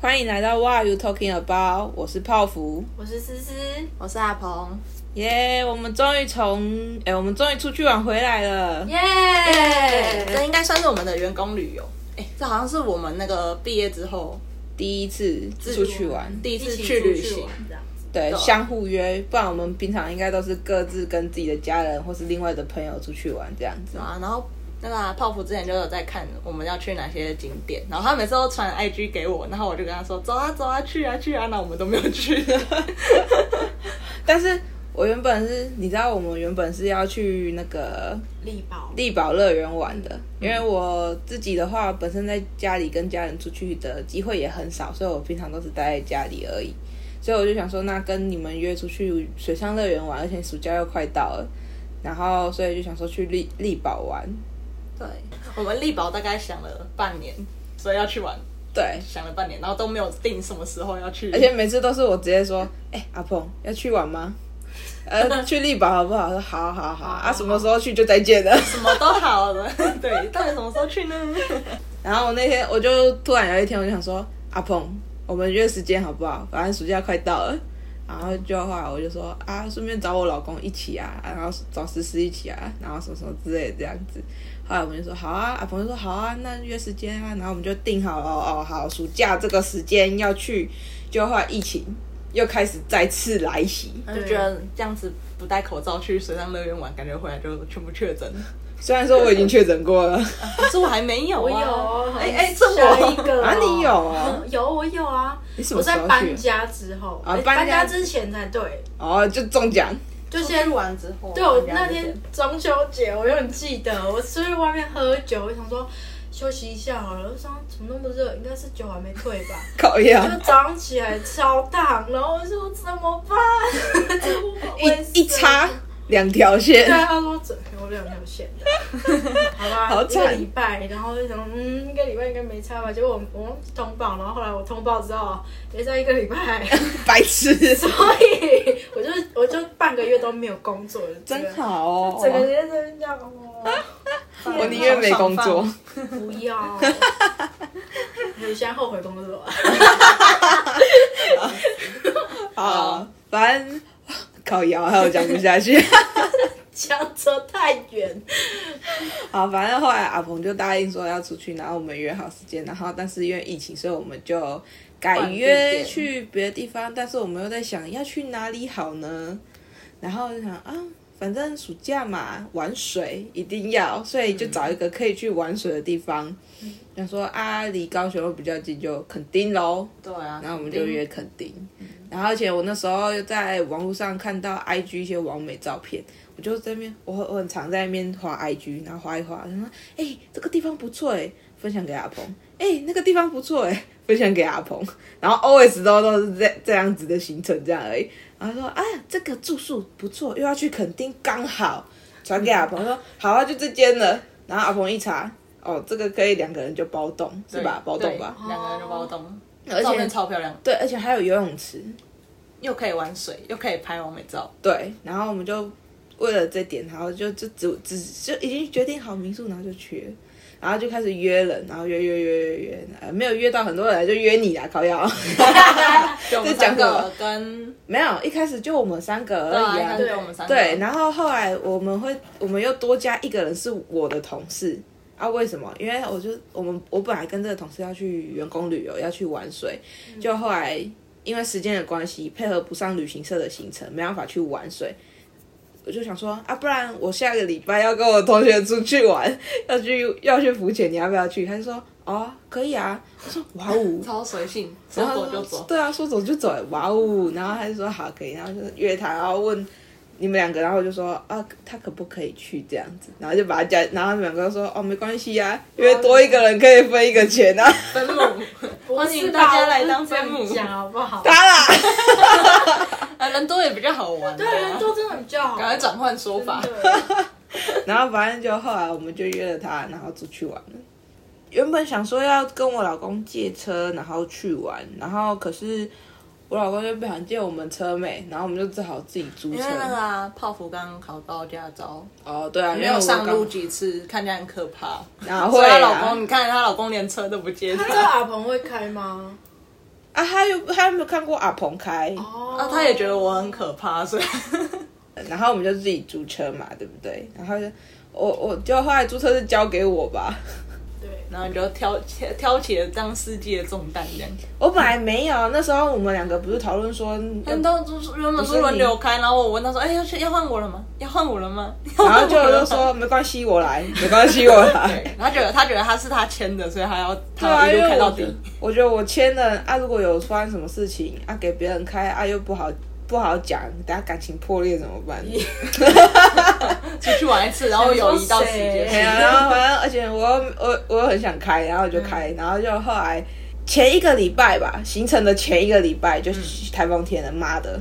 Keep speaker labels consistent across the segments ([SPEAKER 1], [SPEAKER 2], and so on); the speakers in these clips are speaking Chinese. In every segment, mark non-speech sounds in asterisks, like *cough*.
[SPEAKER 1] 欢迎来到 What Are You Talking About？我是泡芙，
[SPEAKER 2] 我是思思，我是阿鹏，
[SPEAKER 1] 耶、我们终于从哎，我们终于出去玩回来了。
[SPEAKER 2] 耶、
[SPEAKER 3] 哎这应该算是我们的员工旅游。哎、这好像是我们那个毕业之后
[SPEAKER 1] 第一次出去玩，
[SPEAKER 3] 第一次
[SPEAKER 2] 一起
[SPEAKER 3] 去
[SPEAKER 2] 出
[SPEAKER 3] 旅
[SPEAKER 2] 去
[SPEAKER 3] 行
[SPEAKER 2] 玩。这样子，
[SPEAKER 1] 对，相互约，不然我们平常应该都是各自跟自己的家人或是另外的朋友出去玩这样子。
[SPEAKER 3] 啊，然后那个啊、泡芙之前就有在看我们要去哪些景点，然后他每次都传 IG 给我，然后我就跟他说走啊走啊去啊去啊，那我们都没有去。 *laughs*
[SPEAKER 1] 但是我原本是，你知道，我们原本是要去那个
[SPEAKER 2] 力宝
[SPEAKER 1] 力宝乐园玩的，因为我自己的话，本身在家里跟家人出去的机会也很少，所以我平常都是待在家里而已。所以我就想说，那跟你们约出去水上乐园玩，而且暑假又快到了，然后所以就想说去力力宝玩。
[SPEAKER 3] 对，我们力宝大概想了半年，所以要去玩，
[SPEAKER 1] 对，
[SPEAKER 3] 想了半年，然后都没有定什么时候要去。
[SPEAKER 1] 而且每次都是我直接说，哎、阿鹏要去玩吗？ *laughs* 呃，去力宝好不好？说好好好啊，什么时候去就再见了。
[SPEAKER 3] 什哦么都
[SPEAKER 1] *laughs*
[SPEAKER 3] 好了，对，到底什么时候去呢？
[SPEAKER 1] 然后我那天我就突然有一天我就想说，阿鹏，我们约时间好不好？反正暑假快到了。然后就后来我就说啊，顺便找我老公一起啊，啊然后找思思一起啊，然后什么什么之类的这样子。后来我们就说好啊，阿鹏就说好啊，那约时间啊，然后我们就定好了哦哦，好，暑假这个时间要去。就后来疫情又开始再次来
[SPEAKER 2] *laughs*
[SPEAKER 1] 袭，
[SPEAKER 3] 就觉得这样子不戴口罩去水上乐园玩，感觉回来就全部确诊。
[SPEAKER 1] 虽然说我已经确诊过了，
[SPEAKER 3] 可是我还没有、啊，
[SPEAKER 2] 我有，
[SPEAKER 3] 哎哎，这
[SPEAKER 2] 剩下一
[SPEAKER 1] *laughs*
[SPEAKER 3] 我，
[SPEAKER 2] 个哦
[SPEAKER 1] 啊你有哦
[SPEAKER 2] 嗯有我有啊，
[SPEAKER 1] 你什么
[SPEAKER 2] 我
[SPEAKER 1] 时候去
[SPEAKER 2] 在搬家之后，
[SPEAKER 1] 啊
[SPEAKER 2] 哎
[SPEAKER 1] 搬
[SPEAKER 2] 搬
[SPEAKER 1] 家
[SPEAKER 2] 家之前才对，
[SPEAKER 1] 哦，就中奖。
[SPEAKER 2] 就
[SPEAKER 3] 出去
[SPEAKER 2] 先
[SPEAKER 3] 玩之后，啊
[SPEAKER 2] 对我
[SPEAKER 3] 人家
[SPEAKER 2] 那
[SPEAKER 3] 就
[SPEAKER 2] 天
[SPEAKER 3] 先
[SPEAKER 2] 中秋节，我永远记得，我出去外面喝酒，我想说休息一下好了，我想怎么那么热，应该是酒还没退
[SPEAKER 1] *laughs*
[SPEAKER 2] 吧。
[SPEAKER 1] 考验
[SPEAKER 2] 就早上起来超烫，然后我说怎
[SPEAKER 1] *laughs*
[SPEAKER 2] 么办？ *laughs* 啊
[SPEAKER 1] 一一
[SPEAKER 2] 擦，
[SPEAKER 1] 插两条线
[SPEAKER 2] 对，，他说整有两条线的，
[SPEAKER 3] *laughs*
[SPEAKER 2] 好吧，
[SPEAKER 1] 好
[SPEAKER 2] 一个
[SPEAKER 1] 惨
[SPEAKER 2] 礼拜，然后就想嗯，一个礼拜应该没差吧？结果我我通报，然后后来我通报之后也在一个礼
[SPEAKER 3] *laughs*
[SPEAKER 2] 拜，
[SPEAKER 1] 白痴，
[SPEAKER 2] 所以我就我就半个月都没有工作，这个
[SPEAKER 1] 真，好哦。
[SPEAKER 2] 整个人在这样哦，
[SPEAKER 1] 我宁愿没工作。
[SPEAKER 2] 不要。你现在后悔工作了？
[SPEAKER 1] 啊，反正靠腰，还有讲不下去。
[SPEAKER 2] *laughs* 讲车太远，
[SPEAKER 1] 好，反正后来阿鹏就答应说要出去，然后我们约好时间，然后但是因为疫情，所以我们就改
[SPEAKER 3] 换地
[SPEAKER 1] 约
[SPEAKER 3] 点
[SPEAKER 1] 去别的地方。但是我们又在想要去哪里好呢？然后就想啊，反正暑假嘛，玩水一定要，所以就找一个可以去玩水的地方。想说啊，离高雄又比较近，就垦丁喽。
[SPEAKER 3] 对啊，嗯
[SPEAKER 1] 然后我们就约垦丁，然后而且我那时候又在网络上看到 IG 一些完美照片，我就在那边，我我很常在那边滑 IG，然后滑一滑，然后哎、这个地方不错哎、分享给阿鹏，哎、那个地方不错哎、 *laughs* 分享给阿鹏，然后 always 都都是这这样子的行程这样而已，然后说啊这个住宿不错，又要去垦丁刚
[SPEAKER 3] *laughs*
[SPEAKER 1] 好，传给阿鹏说好啊就这间了，然后阿鹏一查。哦，这个可以两个人就包栋是吧？包栋
[SPEAKER 3] 对
[SPEAKER 1] 吧，
[SPEAKER 3] 两个人就包栋，
[SPEAKER 1] 而
[SPEAKER 3] 照
[SPEAKER 1] 且
[SPEAKER 3] 片超漂亮，
[SPEAKER 1] 对，而且还有游泳池，
[SPEAKER 3] 又可以玩水，又可以拍完美 *laughs* 照。
[SPEAKER 1] 对，然后我们就为了这点，然后就就只只就已经决定好民宿，然后就去了，然后就开始约人，然后约约约约约，呃，没有约到很多人，就约你啦，烤鸭。讲
[SPEAKER 3] 就我们三
[SPEAKER 1] 什么
[SPEAKER 3] 个跟
[SPEAKER 1] 没有，一开始就我们三个
[SPEAKER 3] 对
[SPEAKER 1] 而已
[SPEAKER 3] 啊，
[SPEAKER 1] 啊。
[SPEAKER 3] 跟我们三个
[SPEAKER 1] 对，然后后来我们会，我们又多加一个人是我的同事啊？为什么？因为我就我们我本来跟这个同事要去员工旅游，要去玩水，
[SPEAKER 3] 嗯
[SPEAKER 1] 就后来因为时间的关系，配合不上旅行社的行程，没办法去玩水。我就想说啊，不然我下个礼拜要跟我同学出去玩，要去要去浮潜，你要不要去？他就说哦，可以啊。我说哇哦，
[SPEAKER 3] 超随性，说
[SPEAKER 1] 然后
[SPEAKER 3] 走就 *laughs* 走。
[SPEAKER 1] 对啊，说走就走，哇哦！然后他就说好可以，然后就约他，然后问你们两个，然后我就说啊，他可不可以去这样子？然后就把他加，然后他们两个就说哦，没关系啊，因为多一个人可以分一个钱 *laughs* 啊，
[SPEAKER 3] 分母，
[SPEAKER 2] 不
[SPEAKER 3] 欢
[SPEAKER 2] 是
[SPEAKER 3] 迎
[SPEAKER 2] 吧
[SPEAKER 3] 大家来
[SPEAKER 2] 我
[SPEAKER 3] 当
[SPEAKER 2] 不是这
[SPEAKER 3] 分母
[SPEAKER 2] 样讲好不好？
[SPEAKER 1] 他啦，
[SPEAKER 3] 啊，人多也比较好玩。啊
[SPEAKER 2] 对，人，多真的比较好。
[SPEAKER 3] 赶快转换说
[SPEAKER 2] 真
[SPEAKER 3] 法。
[SPEAKER 2] 的
[SPEAKER 1] 然后反正就后来我们就约了他，然后出去玩了。原本想说要跟我老公借车，然后去玩，然后可是我老公就不想借我们车没，然后我们就只好自己租
[SPEAKER 3] 因
[SPEAKER 1] 车
[SPEAKER 3] 为。那个啊，泡芙刚考到驾照，
[SPEAKER 1] 哦，对啊，因
[SPEAKER 3] 没
[SPEAKER 1] 为我
[SPEAKER 3] 有上
[SPEAKER 1] 刚
[SPEAKER 3] 路几次，看起来很可怕。
[SPEAKER 1] 哪
[SPEAKER 3] 所
[SPEAKER 1] 会
[SPEAKER 3] 以她
[SPEAKER 1] 啊？
[SPEAKER 3] 老公，你看她老公连车都不接
[SPEAKER 2] 他
[SPEAKER 3] 她
[SPEAKER 2] 知，道阿鹏会开吗？
[SPEAKER 1] 啊，他又他又没有看过阿鹏开，
[SPEAKER 2] 哦
[SPEAKER 3] 啊，她也觉得我很可怕，所以
[SPEAKER 1] 然后我们就自己租车嘛，对不对？然后就我我就后来租车是交给我吧， *laughs*
[SPEAKER 2] 对，
[SPEAKER 3] 然后你就挑挑挑起了当司机的重担这样。
[SPEAKER 1] 我本来没有，那时候我们两个不是讨论说
[SPEAKER 3] 他
[SPEAKER 1] 要
[SPEAKER 3] 们都就是原本是轮流开，然后我问他说：“哎、要去要换我了吗？ *laughs* 要换我了吗？”
[SPEAKER 1] *laughs* 然后就就
[SPEAKER 3] *laughs*
[SPEAKER 1] 说没关系，我来，没关系，我来。
[SPEAKER 3] 他觉得他觉得他是他签的，所以他要
[SPEAKER 1] 对
[SPEAKER 3] 他
[SPEAKER 1] 啊，
[SPEAKER 3] 要一
[SPEAKER 1] 因
[SPEAKER 3] 路开
[SPEAKER 1] 为
[SPEAKER 3] 到
[SPEAKER 1] 我
[SPEAKER 3] 底
[SPEAKER 1] 觉。得我觉得我签了啊，如果有发生什么事情啊，给别人开啊，又不好不好讲，等下感情破裂怎么
[SPEAKER 3] *laughs*
[SPEAKER 1] 办？
[SPEAKER 3] 出去玩一次，然后有一道时
[SPEAKER 1] *laughs* 对
[SPEAKER 3] 间
[SPEAKER 1] 啊，然后反正而且我又我我又很想开，然后我就开，然后就后来前一个礼拜吧，行程的前一个礼拜就台风天了，妈
[SPEAKER 2] *laughs*
[SPEAKER 1] 的！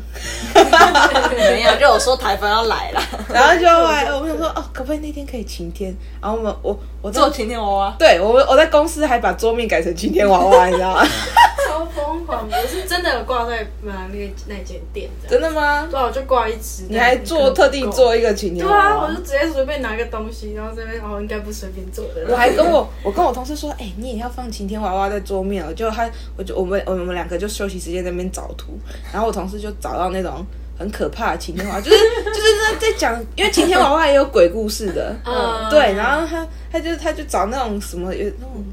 [SPEAKER 3] 没有，就有说台风要来了， *laughs*
[SPEAKER 1] 然后就后来我们想说，哦，可不可以那天可以晴天？然后我们我我在
[SPEAKER 3] 做晴天娃娃。
[SPEAKER 1] 对我我在公司还把桌面改成晴天娃娃，你知道吗？
[SPEAKER 2] 超疯狂，我是真的有挂在买那个那间店这
[SPEAKER 1] 真
[SPEAKER 2] 样
[SPEAKER 1] 的吗？
[SPEAKER 2] *laughs* 对啊，我就挂一只。
[SPEAKER 1] *laughs* 你还做特地做一哦个晴天
[SPEAKER 2] 对
[SPEAKER 1] 娃
[SPEAKER 2] 啊，
[SPEAKER 1] 娃
[SPEAKER 2] 我就？直接随便拿个东西，然后这边哦，应该不随便做的。
[SPEAKER 1] *laughs* 我还跟我我跟我同事说，哎、你也要放晴天娃娃在桌面哦。就他，我就我们我们两个就休息时间在那边找图，然后我同事就找到那种很可怕的晴天娃娃，就是就是那在讲，因为晴天娃娃也有鬼故事的，
[SPEAKER 2] 嗯
[SPEAKER 1] 对，然后他他就他就找那种什么有那种。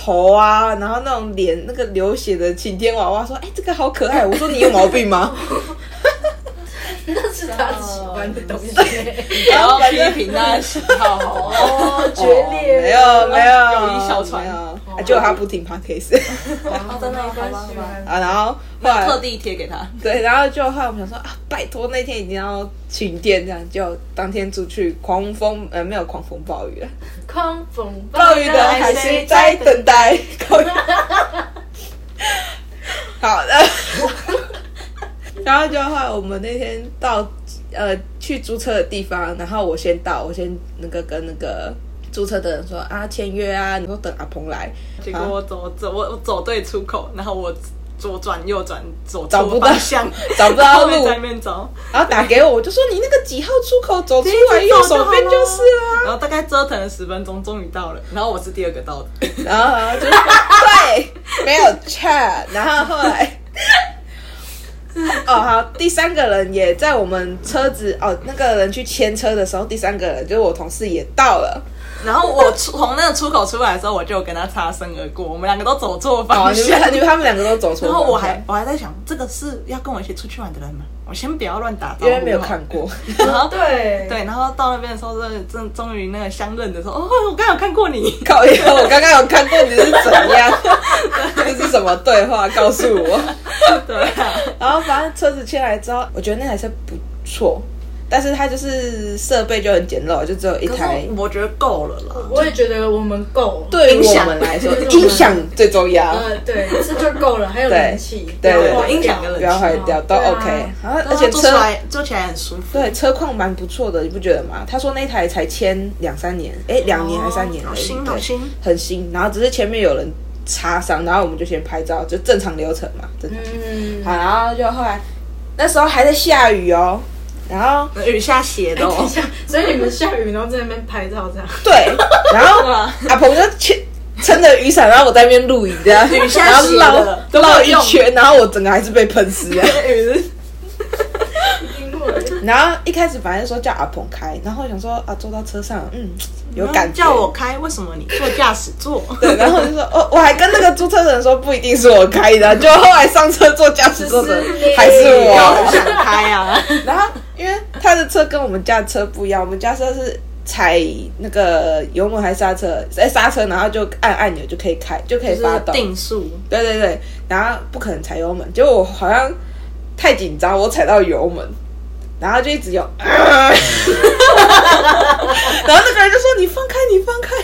[SPEAKER 1] 头啊，然后那种脸那个流血的晴天娃娃，说：“哎、这个好可爱。”我说：“你有毛病吗 *laughs*
[SPEAKER 2] 那是他喜欢的东西，
[SPEAKER 3] 不要批评他的喜好哦。
[SPEAKER 2] 哦，决裂，
[SPEAKER 1] 没有没有，
[SPEAKER 3] 友谊小船
[SPEAKER 1] 没有啊，结果他不听 podcast *laughs*
[SPEAKER 2] 哦，
[SPEAKER 3] 真的
[SPEAKER 2] 没关系
[SPEAKER 3] 好吧好吧
[SPEAKER 1] 啊，然后后
[SPEAKER 3] *laughs*
[SPEAKER 1] 来
[SPEAKER 3] 特地贴给他，
[SPEAKER 1] 对，然后就后来我们想说啊，拜托那天一定要晴天，这样就当天出去狂风，呃，没有狂风暴 *laughs* 雨了，
[SPEAKER 2] 狂风
[SPEAKER 1] 暴雨的还是 *laughs* 在等待。高 *laughs* 好的， *laughs* 然后就后来我们那天到呃去租车的地方，然后我先到，我先那个跟那个租车的人说啊签约啊，你说等阿鹏来，
[SPEAKER 3] 结果我走走我我走对出口，然后我左转右转走
[SPEAKER 1] 找不
[SPEAKER 3] 错
[SPEAKER 1] 到
[SPEAKER 3] 方 *laughs* 向，
[SPEAKER 1] 找不到
[SPEAKER 3] 后面
[SPEAKER 1] 路
[SPEAKER 3] 在那边找，
[SPEAKER 1] 然后打给我，我就说你那个几号出口走出来右手边就是啊啦、
[SPEAKER 3] 然后大概折腾了十分钟，终于到了，然后我是第二个到的。
[SPEAKER 1] 然后然后就对，没有 chat，然后后来。
[SPEAKER 3] *laughs*
[SPEAKER 1] 哦，好，第三个人也在我们车子哦，那个人去牵车的时候，第三个人就是我同事也到了。
[SPEAKER 3] 然后我出从那个出口出来的时候，我就有跟他擦身而过，我们两个都走错
[SPEAKER 1] 哦，
[SPEAKER 3] 方
[SPEAKER 1] 你
[SPEAKER 3] 向。
[SPEAKER 1] 们你们他们两个都走错
[SPEAKER 3] 然
[SPEAKER 1] 方向。
[SPEAKER 3] 后我还我还在想，这个是要跟我一起出去玩的人吗？我先不要乱打招呼。
[SPEAKER 1] 因为没有看。过， *laughs*
[SPEAKER 3] 然后
[SPEAKER 2] 对
[SPEAKER 3] 对，然后到那边的时候，真的真终于那个相认的时候，哦，我刚有看过
[SPEAKER 1] *laughs*
[SPEAKER 3] 你。
[SPEAKER 1] 靠腰，我刚刚有看过你是怎样， *laughs* 这是什么对话？告诉
[SPEAKER 3] *laughs*
[SPEAKER 1] 我。
[SPEAKER 3] 对啊、
[SPEAKER 1] 然后反正车子切来之后，我觉得那台车不错，但是它就是设备就很简陋，就只有一
[SPEAKER 3] 可
[SPEAKER 1] 台
[SPEAKER 3] 是。我觉得够了啦。
[SPEAKER 2] 我也觉得我们够，
[SPEAKER 1] 对于
[SPEAKER 3] 音
[SPEAKER 1] 我
[SPEAKER 3] 响
[SPEAKER 1] 们来说，
[SPEAKER 2] 对
[SPEAKER 1] 音响最重要，
[SPEAKER 2] 呃，对，这就够了，还有
[SPEAKER 1] 对
[SPEAKER 2] 人气，
[SPEAKER 1] 对对
[SPEAKER 2] 我
[SPEAKER 1] 对
[SPEAKER 2] 音响
[SPEAKER 3] 对
[SPEAKER 1] 不要坏掉都
[SPEAKER 2] 对啊
[SPEAKER 1] OK。然后而
[SPEAKER 3] 然
[SPEAKER 1] 且
[SPEAKER 3] 后啊坐起
[SPEAKER 1] 车
[SPEAKER 3] 来坐起来很舒服。
[SPEAKER 1] 对车况蛮不错的，你不觉得吗？他说那台才签两三年，哎，两年还三年
[SPEAKER 3] 好
[SPEAKER 1] 而已，
[SPEAKER 3] 新好
[SPEAKER 1] 对，
[SPEAKER 3] 新。
[SPEAKER 1] 很新。然后只是前面有人擦伤，然后我们就先拍照，就正常流程嘛，正常。
[SPEAKER 2] 嗯，
[SPEAKER 1] 好，然后就后来那时候还在下雨哦，然后
[SPEAKER 3] 雨下斜的
[SPEAKER 2] 等一
[SPEAKER 3] 哦，
[SPEAKER 2] 下，所以你们下雨然后在那边拍照这样，
[SPEAKER 1] 对，然后
[SPEAKER 3] 哇
[SPEAKER 1] 阿鹏就牵撑着雨伞，然后我在那边录影这样，
[SPEAKER 3] 雨下
[SPEAKER 1] 然后
[SPEAKER 3] 起
[SPEAKER 1] 绕
[SPEAKER 3] 了都没有
[SPEAKER 1] 绕一
[SPEAKER 3] 用
[SPEAKER 1] 圈，然后我整个还是被喷湿了。
[SPEAKER 3] 雨是
[SPEAKER 2] 因为
[SPEAKER 1] 然后一开始反正说叫阿鹏开，然后我想说啊坐到车上，嗯， *laughs* 有感觉。
[SPEAKER 3] 叫我开，为什么你坐驾驶座？
[SPEAKER 1] 对，然后我就说，哦，我还跟那个租车的人说不一定是我开的，啊就后来上车坐驾驶座的
[SPEAKER 2] 就是你
[SPEAKER 1] 还是
[SPEAKER 3] 我不
[SPEAKER 1] 我。
[SPEAKER 3] 想开啊。
[SPEAKER 1] 然后因为他的车跟我们家的车不一样，我们家车是踩那个油门还刹车，哎刹车，然后就按按钮就可以开，就可以发动。
[SPEAKER 3] 定速，
[SPEAKER 1] 对对对，然后不可能踩油门，结果我好像太紧张，我踩到油门， *laughs* 然后就一直有，呃然后那个人就说你放开，你放开。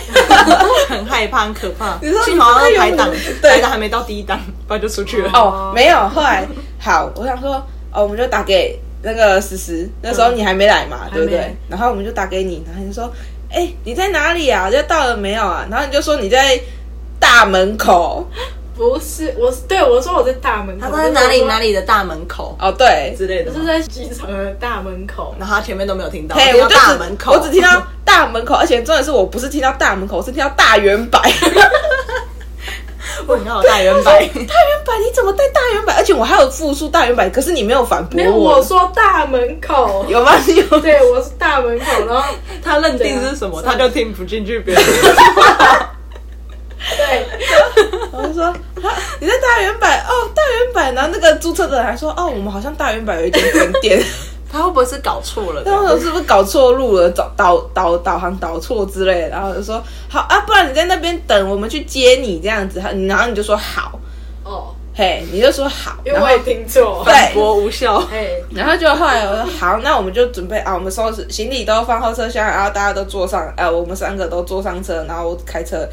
[SPEAKER 3] *laughs* 很害怕，很可怕。
[SPEAKER 1] 你说
[SPEAKER 3] 幸好要排档
[SPEAKER 1] 你说有，对
[SPEAKER 3] 排档还没到第一档，不然就出去了。
[SPEAKER 1] 哦， *laughs* 没有，后来好，我想说，哦，我们就打给那个思思，那时候你还没来嘛，对不
[SPEAKER 2] 嗯还
[SPEAKER 1] 对
[SPEAKER 2] 没？
[SPEAKER 1] 然后我们就打给你，然后你就说，哎、你在哪里啊？就到了没有啊？然后你就说你在大门口。
[SPEAKER 2] 不是，我是对我说我在大门口，
[SPEAKER 3] 他在哪
[SPEAKER 2] 我就
[SPEAKER 3] 里
[SPEAKER 2] 说
[SPEAKER 3] 哪，里的大门口
[SPEAKER 1] 哦，对，
[SPEAKER 3] 之类的
[SPEAKER 2] 就
[SPEAKER 3] 吗，
[SPEAKER 2] 是在机场的大门口。
[SPEAKER 3] 然后他前面都没有听到，
[SPEAKER 1] 嘿，
[SPEAKER 3] 听
[SPEAKER 1] 我
[SPEAKER 3] 到
[SPEAKER 1] 就
[SPEAKER 3] 大
[SPEAKER 1] 只
[SPEAKER 3] 门口，
[SPEAKER 1] 我只听到大门口，而且真的是我不是听到大门口，我是听到大圆
[SPEAKER 3] *laughs*
[SPEAKER 1] 柏。
[SPEAKER 3] *laughs* 我听到有大圆
[SPEAKER 1] 大
[SPEAKER 3] 白
[SPEAKER 1] 圆，柏，你怎么带大圆柏？而且我还有复述大圆柏，可是你没有反驳
[SPEAKER 2] 没有，我说大门口，
[SPEAKER 1] 有吗？
[SPEAKER 3] *laughs*
[SPEAKER 1] 你有
[SPEAKER 2] 对，我是大门口，然后
[SPEAKER 3] 他认定是什么，
[SPEAKER 2] 对啊
[SPEAKER 3] 他就听不进去别人。
[SPEAKER 2] 对，
[SPEAKER 1] 我就说啊你在大圆柏哦，大圆柏，然后那个注册的人还说哦，我们好像大圆柏有一间分店，
[SPEAKER 3] *laughs* *laughs* 他会不会是搞错了？
[SPEAKER 1] 那时候是不是搞错路了，导导导导航导错之类的，然后就说好啊，不然你在那边等，我们去接你这样子，然后你就说好，
[SPEAKER 2] 哦，
[SPEAKER 1] 嘿，你就说好，
[SPEAKER 2] 因为
[SPEAKER 1] 然
[SPEAKER 2] 我
[SPEAKER 1] 后
[SPEAKER 2] 也听错，
[SPEAKER 1] 对
[SPEAKER 3] 反驳无效。
[SPEAKER 2] 哎，
[SPEAKER 1] 然后就后来我说好，那我们就准备啊，我们收拾行李都放后车厢，然后大家都坐上，呃，我们三个都坐上车，然后我开车，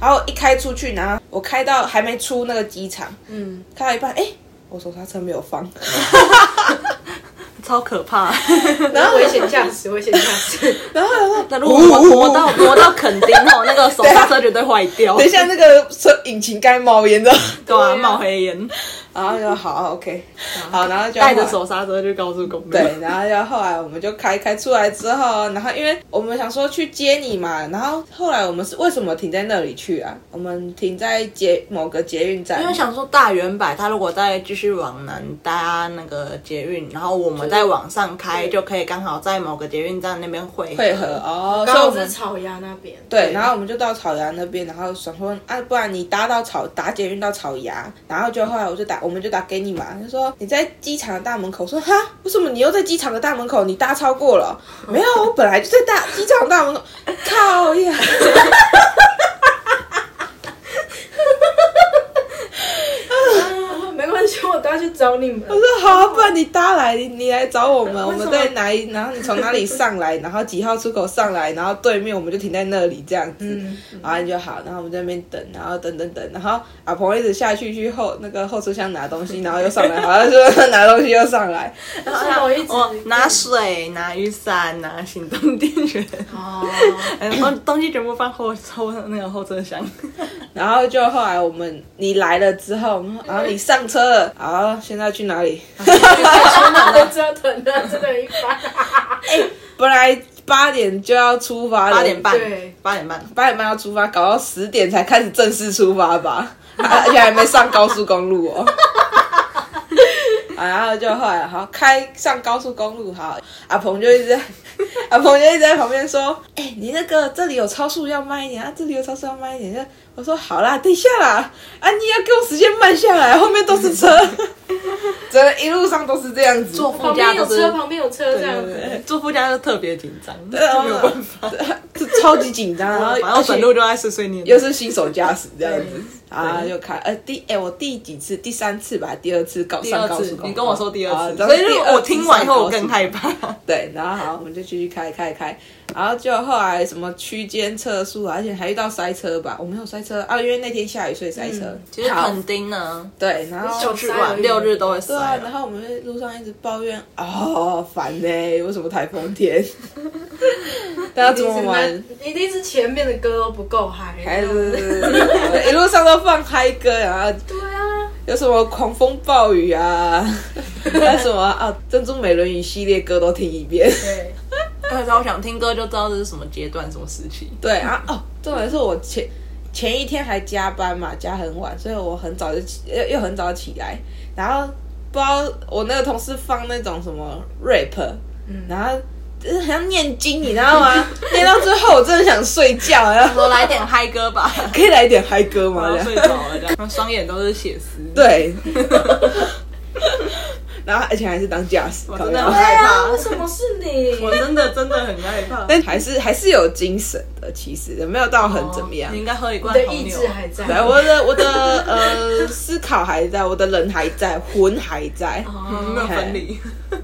[SPEAKER 1] 然后一开出去，然后我开到还没出那个机场，
[SPEAKER 2] 嗯，
[SPEAKER 1] 开到一半，哎，我手刹车没有放，
[SPEAKER 3] 超可怕！
[SPEAKER 2] 然后危险驾驶，危险驾驶，
[SPEAKER 1] 然后我说
[SPEAKER 3] *laughs* 那如果我挪到挪到垦丁哦，那个手刹车绝 *laughs* 对坏
[SPEAKER 1] *laughs*
[SPEAKER 3] 掉。
[SPEAKER 1] 等一下那个车引擎盖冒烟的，
[SPEAKER 3] 对
[SPEAKER 2] 对
[SPEAKER 3] 啊，
[SPEAKER 2] 啊
[SPEAKER 3] 冒黑烟，
[SPEAKER 1] 然后就好，OK，好，然后就
[SPEAKER 3] 带着手刹车去高速公路。
[SPEAKER 1] 对，然后就后来我们就开开出来之后，然后因为我们想说去接你嘛，然后后来我们是为什么停在那里去啊？我们停在捷某个捷运站
[SPEAKER 3] 因，为想说大圆柏，它如果再继续往南搭那个捷运，然后我们再往上开，就可以刚好在某个捷运站那边汇
[SPEAKER 1] 汇合。哦，
[SPEAKER 2] 刚
[SPEAKER 1] 所以我
[SPEAKER 2] 好是
[SPEAKER 1] 们
[SPEAKER 2] 草芽那边，
[SPEAKER 1] 对，然后我们就到草芽那边，然后想说啊，不然你搭到草打捷运到草芽，然后就后来我就打，我们就打给你嘛，就说你在机场的大门口，我说哈，为什么你又在机场的大门口？你搭超过了？没有，我本来就在大机场大门口， *laughs* 靠呀！
[SPEAKER 2] 啊没关系，我等下去找你们。
[SPEAKER 1] 我说好、啊，不然你搭来，你你来找我们，我
[SPEAKER 2] 为什么
[SPEAKER 1] 们在哪里？然后你从哪里上来，然后几号出口上来，然后对面我们就停在那里这样子，
[SPEAKER 2] 嗯
[SPEAKER 1] 然后你就好，然后我们在那边等，然后等等等，然后阿鹏一直下去去后那个后车厢拿东西，然后又上来，好像说拿东西又上来，
[SPEAKER 2] 但是我一直
[SPEAKER 3] 我哦拿水、拿雨伞、拿行动电源，
[SPEAKER 2] 哦，
[SPEAKER 3] 然后东西全部放后后那个后车厢。
[SPEAKER 1] 然后就后来我们你来了之后，我们说然后你上车了，好，现在去哪里？
[SPEAKER 2] 全脑都折腾的，真的一
[SPEAKER 3] *laughs*
[SPEAKER 2] 般。
[SPEAKER 3] 哎
[SPEAKER 1] 本来八点就要出发了，
[SPEAKER 3] 八点半
[SPEAKER 2] 对，
[SPEAKER 3] 八点半，
[SPEAKER 1] 八点半要出发，搞到十点才开始正式出发吧， *laughs* 啊而且还没上高速公路哦。 *laughs* 啊然后就后来好开上高速公路，好，阿鹏就一直在， *laughs* 阿鹏就一直在旁边说：“哎、你那个这里有超速要慢一点啊，这里有超速要慢一点。就”我说：“好啦，等一下啦，啊，你要给我时间慢下来，后面都是车， *laughs* 真的，一路上都是这样子。”
[SPEAKER 3] 坐副
[SPEAKER 2] 旁
[SPEAKER 3] 驾
[SPEAKER 2] 边有
[SPEAKER 3] 都是
[SPEAKER 2] 车，旁边有车这样
[SPEAKER 3] 对对
[SPEAKER 2] 子。
[SPEAKER 3] 对坐副驾就特别紧张，没
[SPEAKER 1] 啊
[SPEAKER 3] 有办法。
[SPEAKER 1] *laughs* 这超级紧张，
[SPEAKER 3] *laughs*
[SPEAKER 1] 然后
[SPEAKER 3] 然后
[SPEAKER 1] 而且
[SPEAKER 3] 整路就在碎碎念，
[SPEAKER 1] 又是新手驾驶这样子啊，
[SPEAKER 3] 对
[SPEAKER 1] 就开呃第哎、我第几次第三次吧，第二次搞
[SPEAKER 3] 第
[SPEAKER 1] 上
[SPEAKER 3] 二
[SPEAKER 1] 高
[SPEAKER 3] 次
[SPEAKER 1] 速，公路，
[SPEAKER 3] 你跟我说第二
[SPEAKER 1] 啊
[SPEAKER 3] 次，
[SPEAKER 1] 然
[SPEAKER 3] 所以
[SPEAKER 1] 第二次
[SPEAKER 3] 我听完以后我更
[SPEAKER 1] 上高速
[SPEAKER 3] 害怕。
[SPEAKER 1] 对，然后好我们就继续开开开，然后就后来什么区间测速啊，而且还遇到塞车吧，我没有塞车啊，因为那天下雨所以塞车，
[SPEAKER 3] 嗯其实
[SPEAKER 1] 好
[SPEAKER 3] 垦丁呢，
[SPEAKER 1] 对，然后
[SPEAKER 2] 小
[SPEAKER 3] 去晚六日都会塞
[SPEAKER 1] 对啊，
[SPEAKER 3] 了
[SPEAKER 1] 然后我们在路上一直抱怨，哦烦呢、为什么台风
[SPEAKER 3] *laughs*
[SPEAKER 1] 天？大家怎么玩？
[SPEAKER 2] 一定是前面的歌都不够嗨。
[SPEAKER 1] 还是 *laughs* 一路上都放嗨歌，然后
[SPEAKER 2] 对啊，
[SPEAKER 1] 有什么狂风暴雨
[SPEAKER 3] *laughs*
[SPEAKER 1] 啊，还有什么啊珍珠美人鱼系列歌都听一
[SPEAKER 3] *laughs*
[SPEAKER 1] 遍。
[SPEAKER 2] 对，
[SPEAKER 3] 那时候想听歌就知道这是什么阶段、什么时
[SPEAKER 1] *laughs*
[SPEAKER 3] 期。
[SPEAKER 1] 对啊，哦，重点是我前前一天还加班嘛，加很晚，所以我很早就起，又又很早起来，然后不知道我那个同事放那种什么 rap，
[SPEAKER 2] 嗯
[SPEAKER 1] 然后。就是很像念经，你知道
[SPEAKER 3] *laughs*
[SPEAKER 1] 吗？念到最后，我真的想睡觉，然后
[SPEAKER 3] 说来点嗨歌 *laughs* 吧，
[SPEAKER 1] 可以来一点嗨歌吗？
[SPEAKER 3] 然
[SPEAKER 1] 这
[SPEAKER 3] 后
[SPEAKER 1] 样
[SPEAKER 3] 睡着了，这样双眼都是血丝。
[SPEAKER 1] 对， *laughs* 然后而且还是当驾驶，
[SPEAKER 3] 我
[SPEAKER 1] 靠
[SPEAKER 3] 真的
[SPEAKER 1] 腰
[SPEAKER 3] 很
[SPEAKER 2] 对
[SPEAKER 3] 害
[SPEAKER 2] 啊，为
[SPEAKER 3] 怕，
[SPEAKER 2] 什么是你？
[SPEAKER 3] 我真的真的很害怕。
[SPEAKER 1] 但还是还是有精神的，其实也没有到很怎么样
[SPEAKER 2] 哦
[SPEAKER 3] 你。应该喝一
[SPEAKER 2] 你
[SPEAKER 3] 罐
[SPEAKER 2] 的
[SPEAKER 3] 红
[SPEAKER 2] 意
[SPEAKER 3] 牛
[SPEAKER 2] 志。还在。
[SPEAKER 1] 对，我的我的呃思考还在，我的人还在，魂还在。
[SPEAKER 2] 哦
[SPEAKER 3] 嗯没有分离，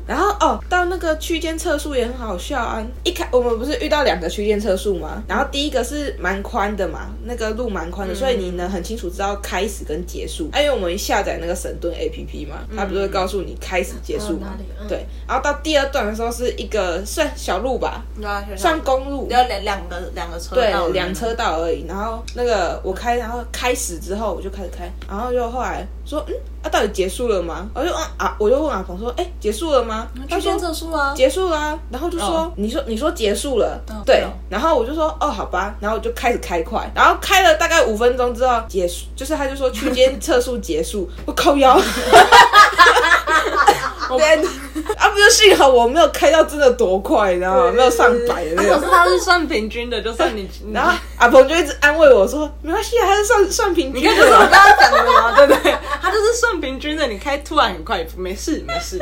[SPEAKER 1] 然后哦，到那个区间测速也很好笑啊！一开我们不是遇到两个区间测速
[SPEAKER 2] 嗯
[SPEAKER 1] 吗？然后第一个是蛮宽的嘛，那个路蛮宽的，所以你哎能很清楚知道开始跟结束。啊因为我们下载那个神盾 APP 嘛，它不是会告诉你开始结束嘛
[SPEAKER 2] 嗯嗯哪里嗯，
[SPEAKER 1] 对。然后到第二段的时候是一个算小路吧，
[SPEAKER 3] 对啊，学校
[SPEAKER 1] 算公路，
[SPEAKER 3] 要两两个两个车道，
[SPEAKER 1] 对，两车道而已。然后那个我开，然后开始之后我就开始开，然后就后来说，嗯，啊，到底结束了吗？我就嗯啊，我就问阿鹏说，哎、结束了吗？他
[SPEAKER 3] 去
[SPEAKER 1] 说
[SPEAKER 3] 监测书啊，
[SPEAKER 1] 结束啦、然后就说、
[SPEAKER 3] 哦
[SPEAKER 1] 你说你说结束了，
[SPEAKER 3] 哦对
[SPEAKER 1] 对
[SPEAKER 3] 哦，
[SPEAKER 1] 然后我就说哦好吧，然后我就开始开快，然后开了大概五分钟之后结束，就是他就说区间测速结束， *laughs* 我靠
[SPEAKER 3] *laughs*
[SPEAKER 1] 腰， *laughs* 天哪啊不就幸好我没有开到真的多快，你知道吗？哦没有上百的那
[SPEAKER 3] 可
[SPEAKER 1] 种
[SPEAKER 3] 是。它是算平均的，就
[SPEAKER 1] *laughs*
[SPEAKER 3] 算你，你
[SPEAKER 1] 然后阿鹏就一直安慰我说：“没关系啊，他是算算平
[SPEAKER 3] 你
[SPEAKER 1] 均
[SPEAKER 3] 看就是
[SPEAKER 1] 的
[SPEAKER 3] 我刚
[SPEAKER 1] 嘛。
[SPEAKER 3] 刚讲的嘛，对不对？它就是算平均的，你开突然很快，没事没事，”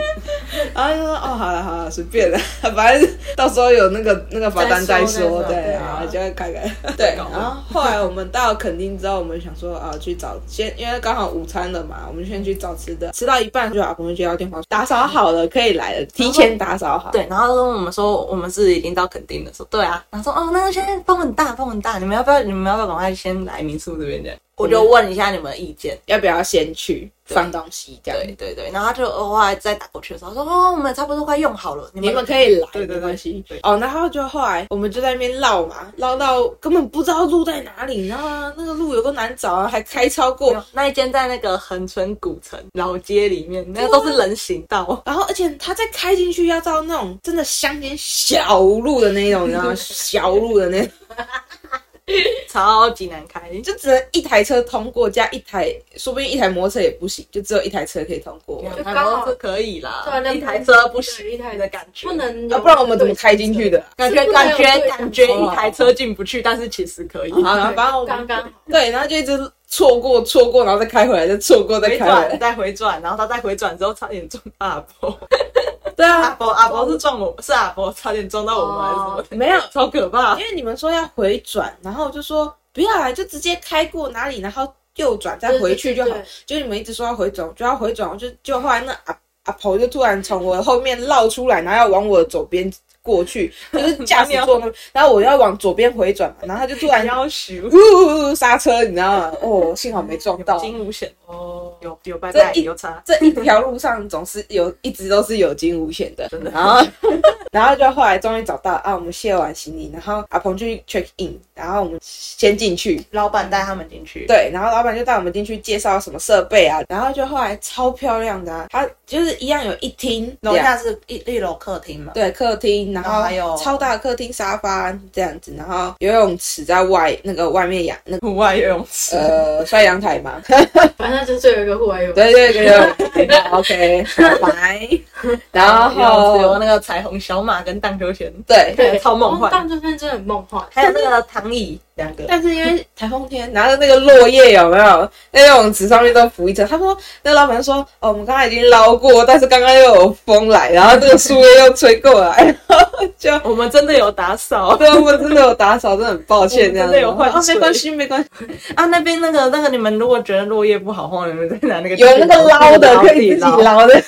[SPEAKER 1] 然后就说：“哦，好了好了，随便了，反正到时候有那个那个罚单再
[SPEAKER 3] 再说
[SPEAKER 1] 说。”
[SPEAKER 3] 再说
[SPEAKER 1] 对，
[SPEAKER 3] 对
[SPEAKER 1] 然
[SPEAKER 3] 啊
[SPEAKER 1] 后就会看看。对，然后后来我们到垦丁之后，我们想说啊，去找先，因为刚好午餐了嘛，我们先去找吃的。吃到一半就阿鹏就接到电话，打扫好了，可以来了，提前打扫好。
[SPEAKER 3] 对，然后跟我们说我们是已经到垦丁了，说对啊，然后说哦，那个现在风很大，风很大，你们要不要你们要不要赶快先来民宿这边
[SPEAKER 2] 嗯
[SPEAKER 3] 的？我就问一下你们的意见，
[SPEAKER 1] 要不要先去放东西？这样
[SPEAKER 3] 对，对对，然后他就偶尔再打过去的时候说哦，我们差不多快用好了，你
[SPEAKER 1] 你
[SPEAKER 3] 们
[SPEAKER 1] 们可以来，
[SPEAKER 3] 对对对
[SPEAKER 1] 没关系
[SPEAKER 3] 对。
[SPEAKER 1] 哦，然后就后来我们就在那边绕嘛，绕到根本不知道路在哪里，你知道吗？那个路有个难找啊，还开超过
[SPEAKER 3] 没有。那一间在那个恒春古城老街里面，那个都是人行道， *laughs*
[SPEAKER 1] 然后，而且他再开进去要到那种真的乡间小路的那种，你知道
[SPEAKER 3] *laughs*
[SPEAKER 1] 吗？小路的那种，
[SPEAKER 3] 超级难开。
[SPEAKER 1] 就只能一台车通过，加一台，说不定一台摩托车也不行，就只有一台车可以通过。
[SPEAKER 3] 两
[SPEAKER 2] 就
[SPEAKER 3] 台
[SPEAKER 2] 刚
[SPEAKER 3] 摩
[SPEAKER 2] 好
[SPEAKER 3] 托车可以啦，
[SPEAKER 2] 对啊那
[SPEAKER 3] 一台车不
[SPEAKER 2] 对
[SPEAKER 3] 行
[SPEAKER 2] 一台
[SPEAKER 3] 的感觉，
[SPEAKER 2] 不能有
[SPEAKER 1] 啊，不然我们怎么开进去的？
[SPEAKER 3] 感觉
[SPEAKER 2] 是不能啊
[SPEAKER 3] 感
[SPEAKER 2] 有
[SPEAKER 3] 觉
[SPEAKER 2] 对
[SPEAKER 3] 感觉
[SPEAKER 1] 哦
[SPEAKER 3] 一台车进不去，但是其实可以。
[SPEAKER 1] 好，然后反正我
[SPEAKER 2] 刚
[SPEAKER 1] 们
[SPEAKER 2] 刚好
[SPEAKER 1] 对，然后就一直错过，错过，然后再开回来，再错过，再
[SPEAKER 3] 回
[SPEAKER 1] 开回
[SPEAKER 3] 转，
[SPEAKER 1] 来。
[SPEAKER 3] 再回转，然后他再回转之后差点撞阿伯，
[SPEAKER 1] 对
[SPEAKER 3] 阿
[SPEAKER 1] 啊，
[SPEAKER 3] 伯阿伯是撞我，是阿伯差点撞到我们还是什么的，
[SPEAKER 1] 哦没有，
[SPEAKER 3] 超可怕
[SPEAKER 1] 因。为你们说要回转，然后我就说不要啊，就直接开过哪里，然后右转再回去就好
[SPEAKER 2] 对对。
[SPEAKER 1] 就你们一直说要回转，我就要回转，我就就后来那阿阿婆就突然从我后面绕出来，然后要往我左边过去，就是驾驶座那边，然后我要往左边回
[SPEAKER 2] *laughs*
[SPEAKER 1] 转嘛，然后他就突然
[SPEAKER 3] 要求
[SPEAKER 1] 呜呜呜刹车，你知道吗？哦，幸好没撞到。
[SPEAKER 3] 惊无险，
[SPEAKER 2] 哦，
[SPEAKER 3] 有有拜
[SPEAKER 1] 这
[SPEAKER 3] 拜
[SPEAKER 1] 一
[SPEAKER 3] 有差。
[SPEAKER 1] 这一条路上总是有，一直都是有惊无险的。
[SPEAKER 3] 真的
[SPEAKER 1] 然后，然后就后来终于找到啊，我们卸完行李，然后阿鹏去 check in，然后我们先进去，
[SPEAKER 3] 老板带他们进去，
[SPEAKER 1] 对，然后老板就带我们进去介绍什么设备啊，然后就后来超漂亮的、啊，它就是一样有一厅
[SPEAKER 3] 楼
[SPEAKER 1] 两
[SPEAKER 3] 下是一一楼客厅嘛，
[SPEAKER 1] 啊对，客厅，然
[SPEAKER 3] 啊然后
[SPEAKER 1] 后
[SPEAKER 3] 还有
[SPEAKER 1] 超大的客厅沙发这样子，然后游泳池在外那个外面养那个
[SPEAKER 3] 户外游泳池。
[SPEAKER 1] 呃摔阳台嘛，
[SPEAKER 2] 反正就是有一个户外游泳，
[SPEAKER 1] *laughs* 对对对
[SPEAKER 3] *laughs*
[SPEAKER 1] 对
[SPEAKER 3] 哦
[SPEAKER 1] ，OK，拜， *laughs* 然
[SPEAKER 3] 游泳池有
[SPEAKER 1] 后
[SPEAKER 3] 那个彩虹小马跟荡秋千，
[SPEAKER 1] *laughs* 对，
[SPEAKER 2] 对，
[SPEAKER 3] 超梦幻
[SPEAKER 2] 哦荡秋千真的很梦幻，
[SPEAKER 3] 还有那个躺椅两个，
[SPEAKER 1] 但是因为台风天，拿着那个落叶有没有？那游泳池上面都浮一层。他说，那老板说，哦，我们刚才已经捞过，但是刚刚又有风来，然后这个树叶又吹过来，然后就
[SPEAKER 3] 我们真的有打扫。
[SPEAKER 1] 对我真的有打扫，真的很抱歉这样子。
[SPEAKER 3] 我们真的有换
[SPEAKER 1] 哦，
[SPEAKER 3] 水
[SPEAKER 1] 没关系，没关系，
[SPEAKER 3] 啊，那边那个那个，你们如果觉得落叶不好晃，你们再拿那个
[SPEAKER 1] 有那个捞的可以自己
[SPEAKER 3] 捞。
[SPEAKER 1] 捞的。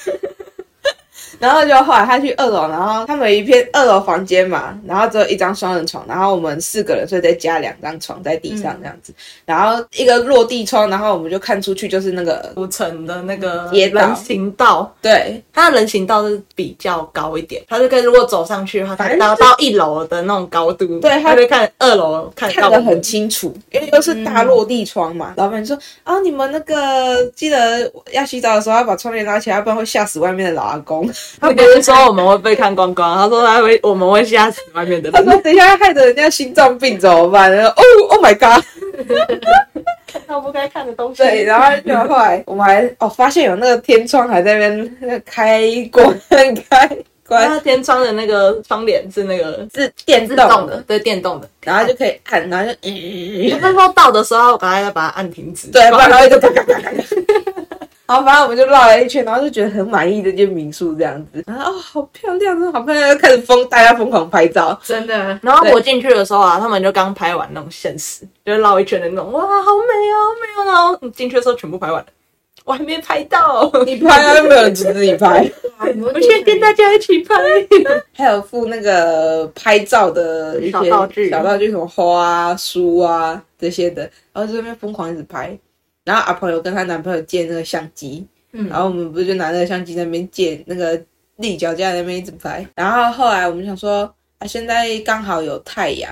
[SPEAKER 1] 然后就后来他去二楼，然后他们有一片二楼房间嘛，然后只有一张双人床，然后我们四个人，所以再加两张床在地上这样子，然后一个落地窗，然后我们就看出去就是那个
[SPEAKER 3] 古城的那个
[SPEAKER 1] 街道
[SPEAKER 3] 人行道，
[SPEAKER 1] 对，
[SPEAKER 3] 它的人行道是比较高一点，它就跟如果走上去的话，它
[SPEAKER 1] 反正
[SPEAKER 3] 到
[SPEAKER 1] 就是
[SPEAKER 3] 到一楼的那种高度，
[SPEAKER 1] 对它
[SPEAKER 3] 它就看二楼看嗯
[SPEAKER 1] 看
[SPEAKER 3] 到
[SPEAKER 1] 得很清楚，因为都是大落地窗嘛。老板说啊，你们那个记得要洗澡的时候要把窗帘拉起来，不然会吓死外面的老阿公。 *laughs*
[SPEAKER 3] 他不是说我们会被看光光，他说他会我们会吓死外面的
[SPEAKER 1] 他
[SPEAKER 3] 人。
[SPEAKER 1] 说等一下害得人家心脏病怎么办？然后哦，Oh my god！
[SPEAKER 3] 看到不该看的东西
[SPEAKER 1] 对，然后就后来我们还哦发现有那个天窗还在那边那个开关开关
[SPEAKER 3] 那天窗的那个窗帘是那个
[SPEAKER 1] 是电
[SPEAKER 3] 嗯自
[SPEAKER 1] 动
[SPEAKER 3] 动的，，对，电动的。
[SPEAKER 1] 然后就可以按，然后就嗯。
[SPEAKER 3] 那时候到的时候，赶快要把它按停止。 *laughs*
[SPEAKER 1] 对，不然它会就嘎嘎嘎嘎嘎。 *laughs* 然后反正我们就绕了一圈，然后就觉得很满意这间民宿这样子。然后哦，好漂亮，真的好漂亮！就开始疯，大家疯狂拍照。
[SPEAKER 2] 真的，
[SPEAKER 3] 然后
[SPEAKER 1] 对
[SPEAKER 3] 我进去的时候啊，他们就刚拍完那种现实，就是绕一圈的那种，哇，好美哦，好美哦。然后你进去的时候全部拍完了，我还没拍 *laughs* 到，
[SPEAKER 1] 你拍啊，又没有人阻止你拍。
[SPEAKER 2] 我
[SPEAKER 3] 我现在跟大家一起拍。
[SPEAKER 1] 还有附那个拍照的一些
[SPEAKER 3] 小道具
[SPEAKER 1] 小道具什么花啊、书啊这些的，然后这边疯狂一直拍。然后阿朋友跟她男朋友借那个相机，
[SPEAKER 2] 嗯
[SPEAKER 1] 然后我们不是就拿那个相机在那边借那个立脚架在那边一直拍，然后后来我们想说啊，现在刚好有太阳，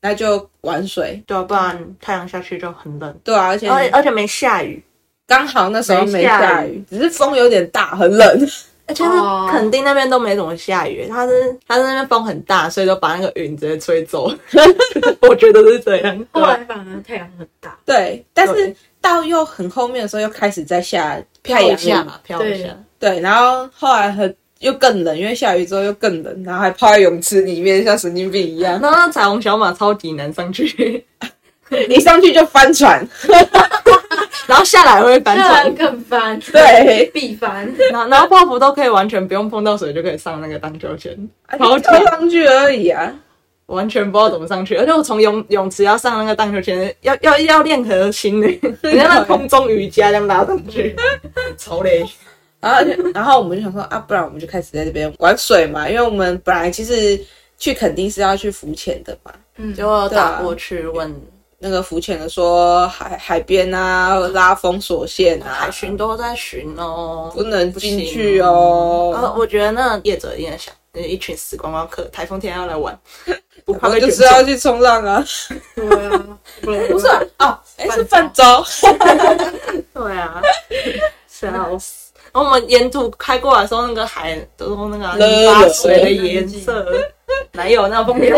[SPEAKER 1] 那就玩水，
[SPEAKER 3] 对啊，不然太阳下去就很冷，
[SPEAKER 1] 对啊，而且
[SPEAKER 3] 而且而且没下雨，
[SPEAKER 1] 刚好那时候没
[SPEAKER 3] 哦哎没下
[SPEAKER 1] 下雨
[SPEAKER 3] 雨，
[SPEAKER 1] 只是风有点大，很冷。
[SPEAKER 3] 而且是
[SPEAKER 2] 哦
[SPEAKER 3] 哎肯定那边都没怎么下雨，它是它是那边风很大，所以就把那个云直接吹 *laughs* 走。我觉得是这样。
[SPEAKER 2] 后来反而太阳很大，
[SPEAKER 1] 对，但是
[SPEAKER 3] 对
[SPEAKER 1] 到又很后面的时候又开始在下太
[SPEAKER 3] 飘一
[SPEAKER 1] 阳
[SPEAKER 3] 下
[SPEAKER 1] 了，
[SPEAKER 3] 嘛，飘一
[SPEAKER 2] 对
[SPEAKER 3] 下。
[SPEAKER 1] 对，然后后来很又更冷，因为下雨之后又更冷，然后还泡在泳池里面，像神经病一
[SPEAKER 3] *laughs*
[SPEAKER 1] 样，
[SPEAKER 3] 然后那彩虹小马超级难上去， *laughs*
[SPEAKER 1] 一上去就翻船。
[SPEAKER 3] 然后下来会翻
[SPEAKER 2] 当然
[SPEAKER 3] 船，
[SPEAKER 2] 更翻，
[SPEAKER 1] 对，
[SPEAKER 2] 必翻。
[SPEAKER 3] 然后然后泡芙都可以完全不用碰到水就可以上那个荡秋千，超
[SPEAKER 1] 就
[SPEAKER 3] 级
[SPEAKER 1] 跳上去而已啊。
[SPEAKER 3] 我完全不知道怎么上去，而且我从泳泳池要上那个荡秋千，要要要练核心 *laughs* 啊呢，人家那空中瑜伽这样拉上去，超累。
[SPEAKER 1] 然后就，然后我们就想说啊，不然我们就开始在这边玩水嘛，因为我们本来其实去垦丁是要去浮潜的嘛。
[SPEAKER 2] 嗯，
[SPEAKER 3] 结果
[SPEAKER 1] 打
[SPEAKER 3] 打
[SPEAKER 1] 过
[SPEAKER 3] 过去问
[SPEAKER 1] 那个浮潜的说海海边啊，拉封锁线啊
[SPEAKER 3] 海，巡都在巡哦，
[SPEAKER 1] 不能进
[SPEAKER 3] 行
[SPEAKER 1] 去哦
[SPEAKER 3] 呃，我觉得那业者一定在想，一群死观光客，台风天要来玩，不怕
[SPEAKER 1] 我们
[SPEAKER 3] 被
[SPEAKER 1] 就
[SPEAKER 3] 卷
[SPEAKER 1] 是
[SPEAKER 3] 走。
[SPEAKER 1] 要去冲浪啊。
[SPEAKER 2] 对啊，不
[SPEAKER 3] *laughs*
[SPEAKER 1] 不是啊，哦，哎，是泛
[SPEAKER 2] 泛
[SPEAKER 1] 舟。
[SPEAKER 3] 对
[SPEAKER 1] *laughs*
[SPEAKER 3] 啊，
[SPEAKER 1] 哎
[SPEAKER 3] 笑死！然后我们沿途开过来的时候，那个海都是那个啊泥巴水的颜色，哪有
[SPEAKER 1] *laughs*
[SPEAKER 3] 那风景？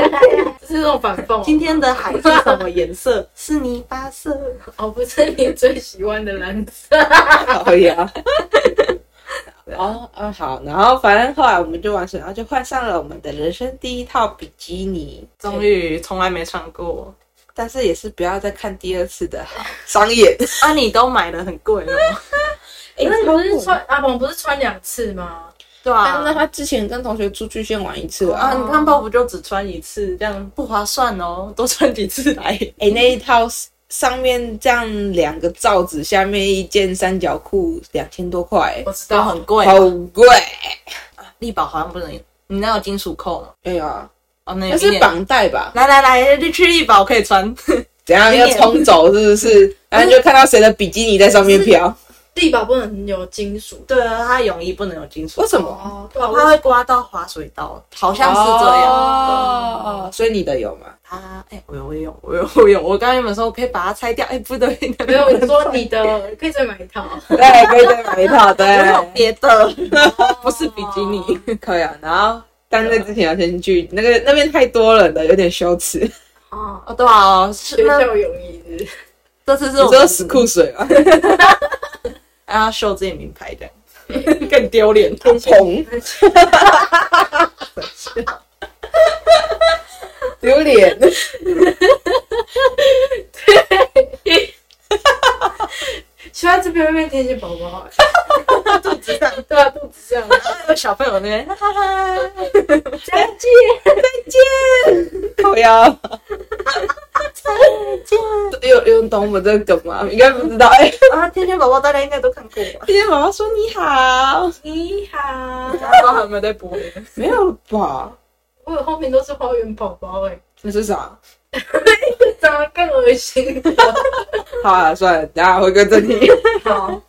[SPEAKER 2] 是那种反讽。
[SPEAKER 3] 今天的海是什么颜色？是泥巴色。
[SPEAKER 1] *laughs*
[SPEAKER 2] 哦，不是你最喜欢的蓝色。
[SPEAKER 1] 可以啊。 *laughs* 哦哦好，然后反正后来我们就完成，然后就换上了我们的人生第一套比基尼，
[SPEAKER 3] 终于从来没穿过
[SPEAKER 1] 但是也是不要再看第二次的好，伤眼。
[SPEAKER 3] 啊！你都买的很
[SPEAKER 1] *laughs*
[SPEAKER 3] 贵哦，
[SPEAKER 1] 哎
[SPEAKER 2] 那你不
[SPEAKER 1] *laughs*
[SPEAKER 2] 是穿阿鹏不是穿两次吗？
[SPEAKER 3] 对啊。
[SPEAKER 1] 那他之前跟同学出去先玩一次啊，
[SPEAKER 3] 啊，你看泡芙就只穿一次，这样不划算哦， *laughs* 多穿几次来。
[SPEAKER 1] 哎、那一套上面这样两个罩子，下面一件三角裤，两千多块，
[SPEAKER 2] 我知
[SPEAKER 3] 都
[SPEAKER 2] 道，
[SPEAKER 3] 很贵，啊
[SPEAKER 1] 好贵。
[SPEAKER 3] 力宝好像不能，你那有金属扣吗？
[SPEAKER 1] 哎呀，哎
[SPEAKER 3] 哦，那有
[SPEAKER 1] 那
[SPEAKER 3] 一
[SPEAKER 1] 是
[SPEAKER 3] 点。
[SPEAKER 1] 绑带吧？
[SPEAKER 3] 来来来，去力宝可
[SPEAKER 1] *laughs*
[SPEAKER 3] 以穿。
[SPEAKER 1] 怎样要冲走 *laughs* 是不是？然后你就看到谁的比基尼在上面飘？
[SPEAKER 2] 地板不能有金属。
[SPEAKER 3] 对啊，它泳衣不能有金属，
[SPEAKER 1] 为什么？
[SPEAKER 2] 哦，对啊，
[SPEAKER 3] 它
[SPEAKER 2] 我
[SPEAKER 3] 会刮到滑水道，好像是这样。
[SPEAKER 1] 哦，所以你的有吗？
[SPEAKER 3] 它哎、我有我有我有我有，我刚刚原本说我可以把它拆掉，哎、不对，
[SPEAKER 2] 没有我说你的可以再买一套。
[SPEAKER 1] 对，可以再买一套，
[SPEAKER 3] 我有
[SPEAKER 1] 对，
[SPEAKER 3] 别的， *laughs* 不是比基尼。
[SPEAKER 1] 可以啊。然后，
[SPEAKER 3] 哦
[SPEAKER 1] 但是那之前要先去那个那边太多人了，有点羞耻。
[SPEAKER 2] 哦，
[SPEAKER 3] 哦，对啊，是
[SPEAKER 2] 学
[SPEAKER 3] 那
[SPEAKER 2] 校泳衣是不是
[SPEAKER 3] 这次是
[SPEAKER 1] 你
[SPEAKER 3] 我
[SPEAKER 1] 说
[SPEAKER 3] 们
[SPEAKER 1] 死酷水吗？
[SPEAKER 3] 让它秀自己名牌 *laughs* 的，更丢脸。
[SPEAKER 1] 跟鹏，
[SPEAKER 2] *laughs*
[SPEAKER 1] 丢脸。
[SPEAKER 2] 学校这边会变天线宝啊宝，肚子上，对啊，肚子上。
[SPEAKER 3] 有小朋友那边，哈哈哈，
[SPEAKER 2] 再见，
[SPEAKER 1] 靠腰。有有人懂我们这个梗吗？应该不知道。哎、
[SPEAKER 3] *laughs* 啊，天天宝宝大家应该都看过 *laughs* 吧？
[SPEAKER 1] 今天妈妈说你好，
[SPEAKER 2] 你好。
[SPEAKER 3] 不知道还有没有在播？
[SPEAKER 1] 没有吧？
[SPEAKER 2] *laughs* 我的后面都是花园宝宝哎，
[SPEAKER 1] 那是啥？
[SPEAKER 2] 长得更恶心。
[SPEAKER 1] 好啊，算了，等一下回归正题。
[SPEAKER 2] 好，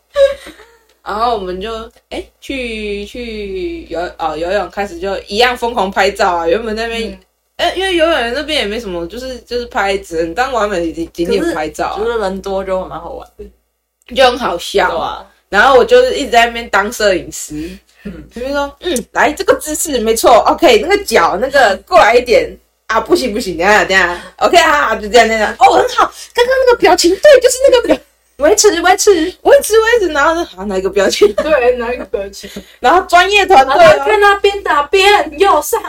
[SPEAKER 1] 然后我们就哎、去去游哦游泳开始就一样疯狂拍照啊。原本那边
[SPEAKER 2] 嗯
[SPEAKER 1] 哎、因为游泳那边也没什么，就是就是拍只能当完美景景点拍照、啊
[SPEAKER 3] *laughs* 就，是人多就蛮好玩的，
[SPEAKER 1] 就很好笑啊
[SPEAKER 3] 对吧？
[SPEAKER 1] 然后我就是一直在那边当摄影师，他就说，嗯，来这个姿势没错，OK，那个脚那个过来一点啊，不行不行，等一下等一下，OK 啊，就这样这样，哦，很好，刚刚那个表情对，就是那个表，维持维持维持维持，然后呢，好哪一个表情，
[SPEAKER 2] 对，拿一个表情，
[SPEAKER 1] 然后专业团
[SPEAKER 2] 然
[SPEAKER 1] 队
[SPEAKER 2] 后
[SPEAKER 1] 哦，
[SPEAKER 2] 看啊他边打边右上，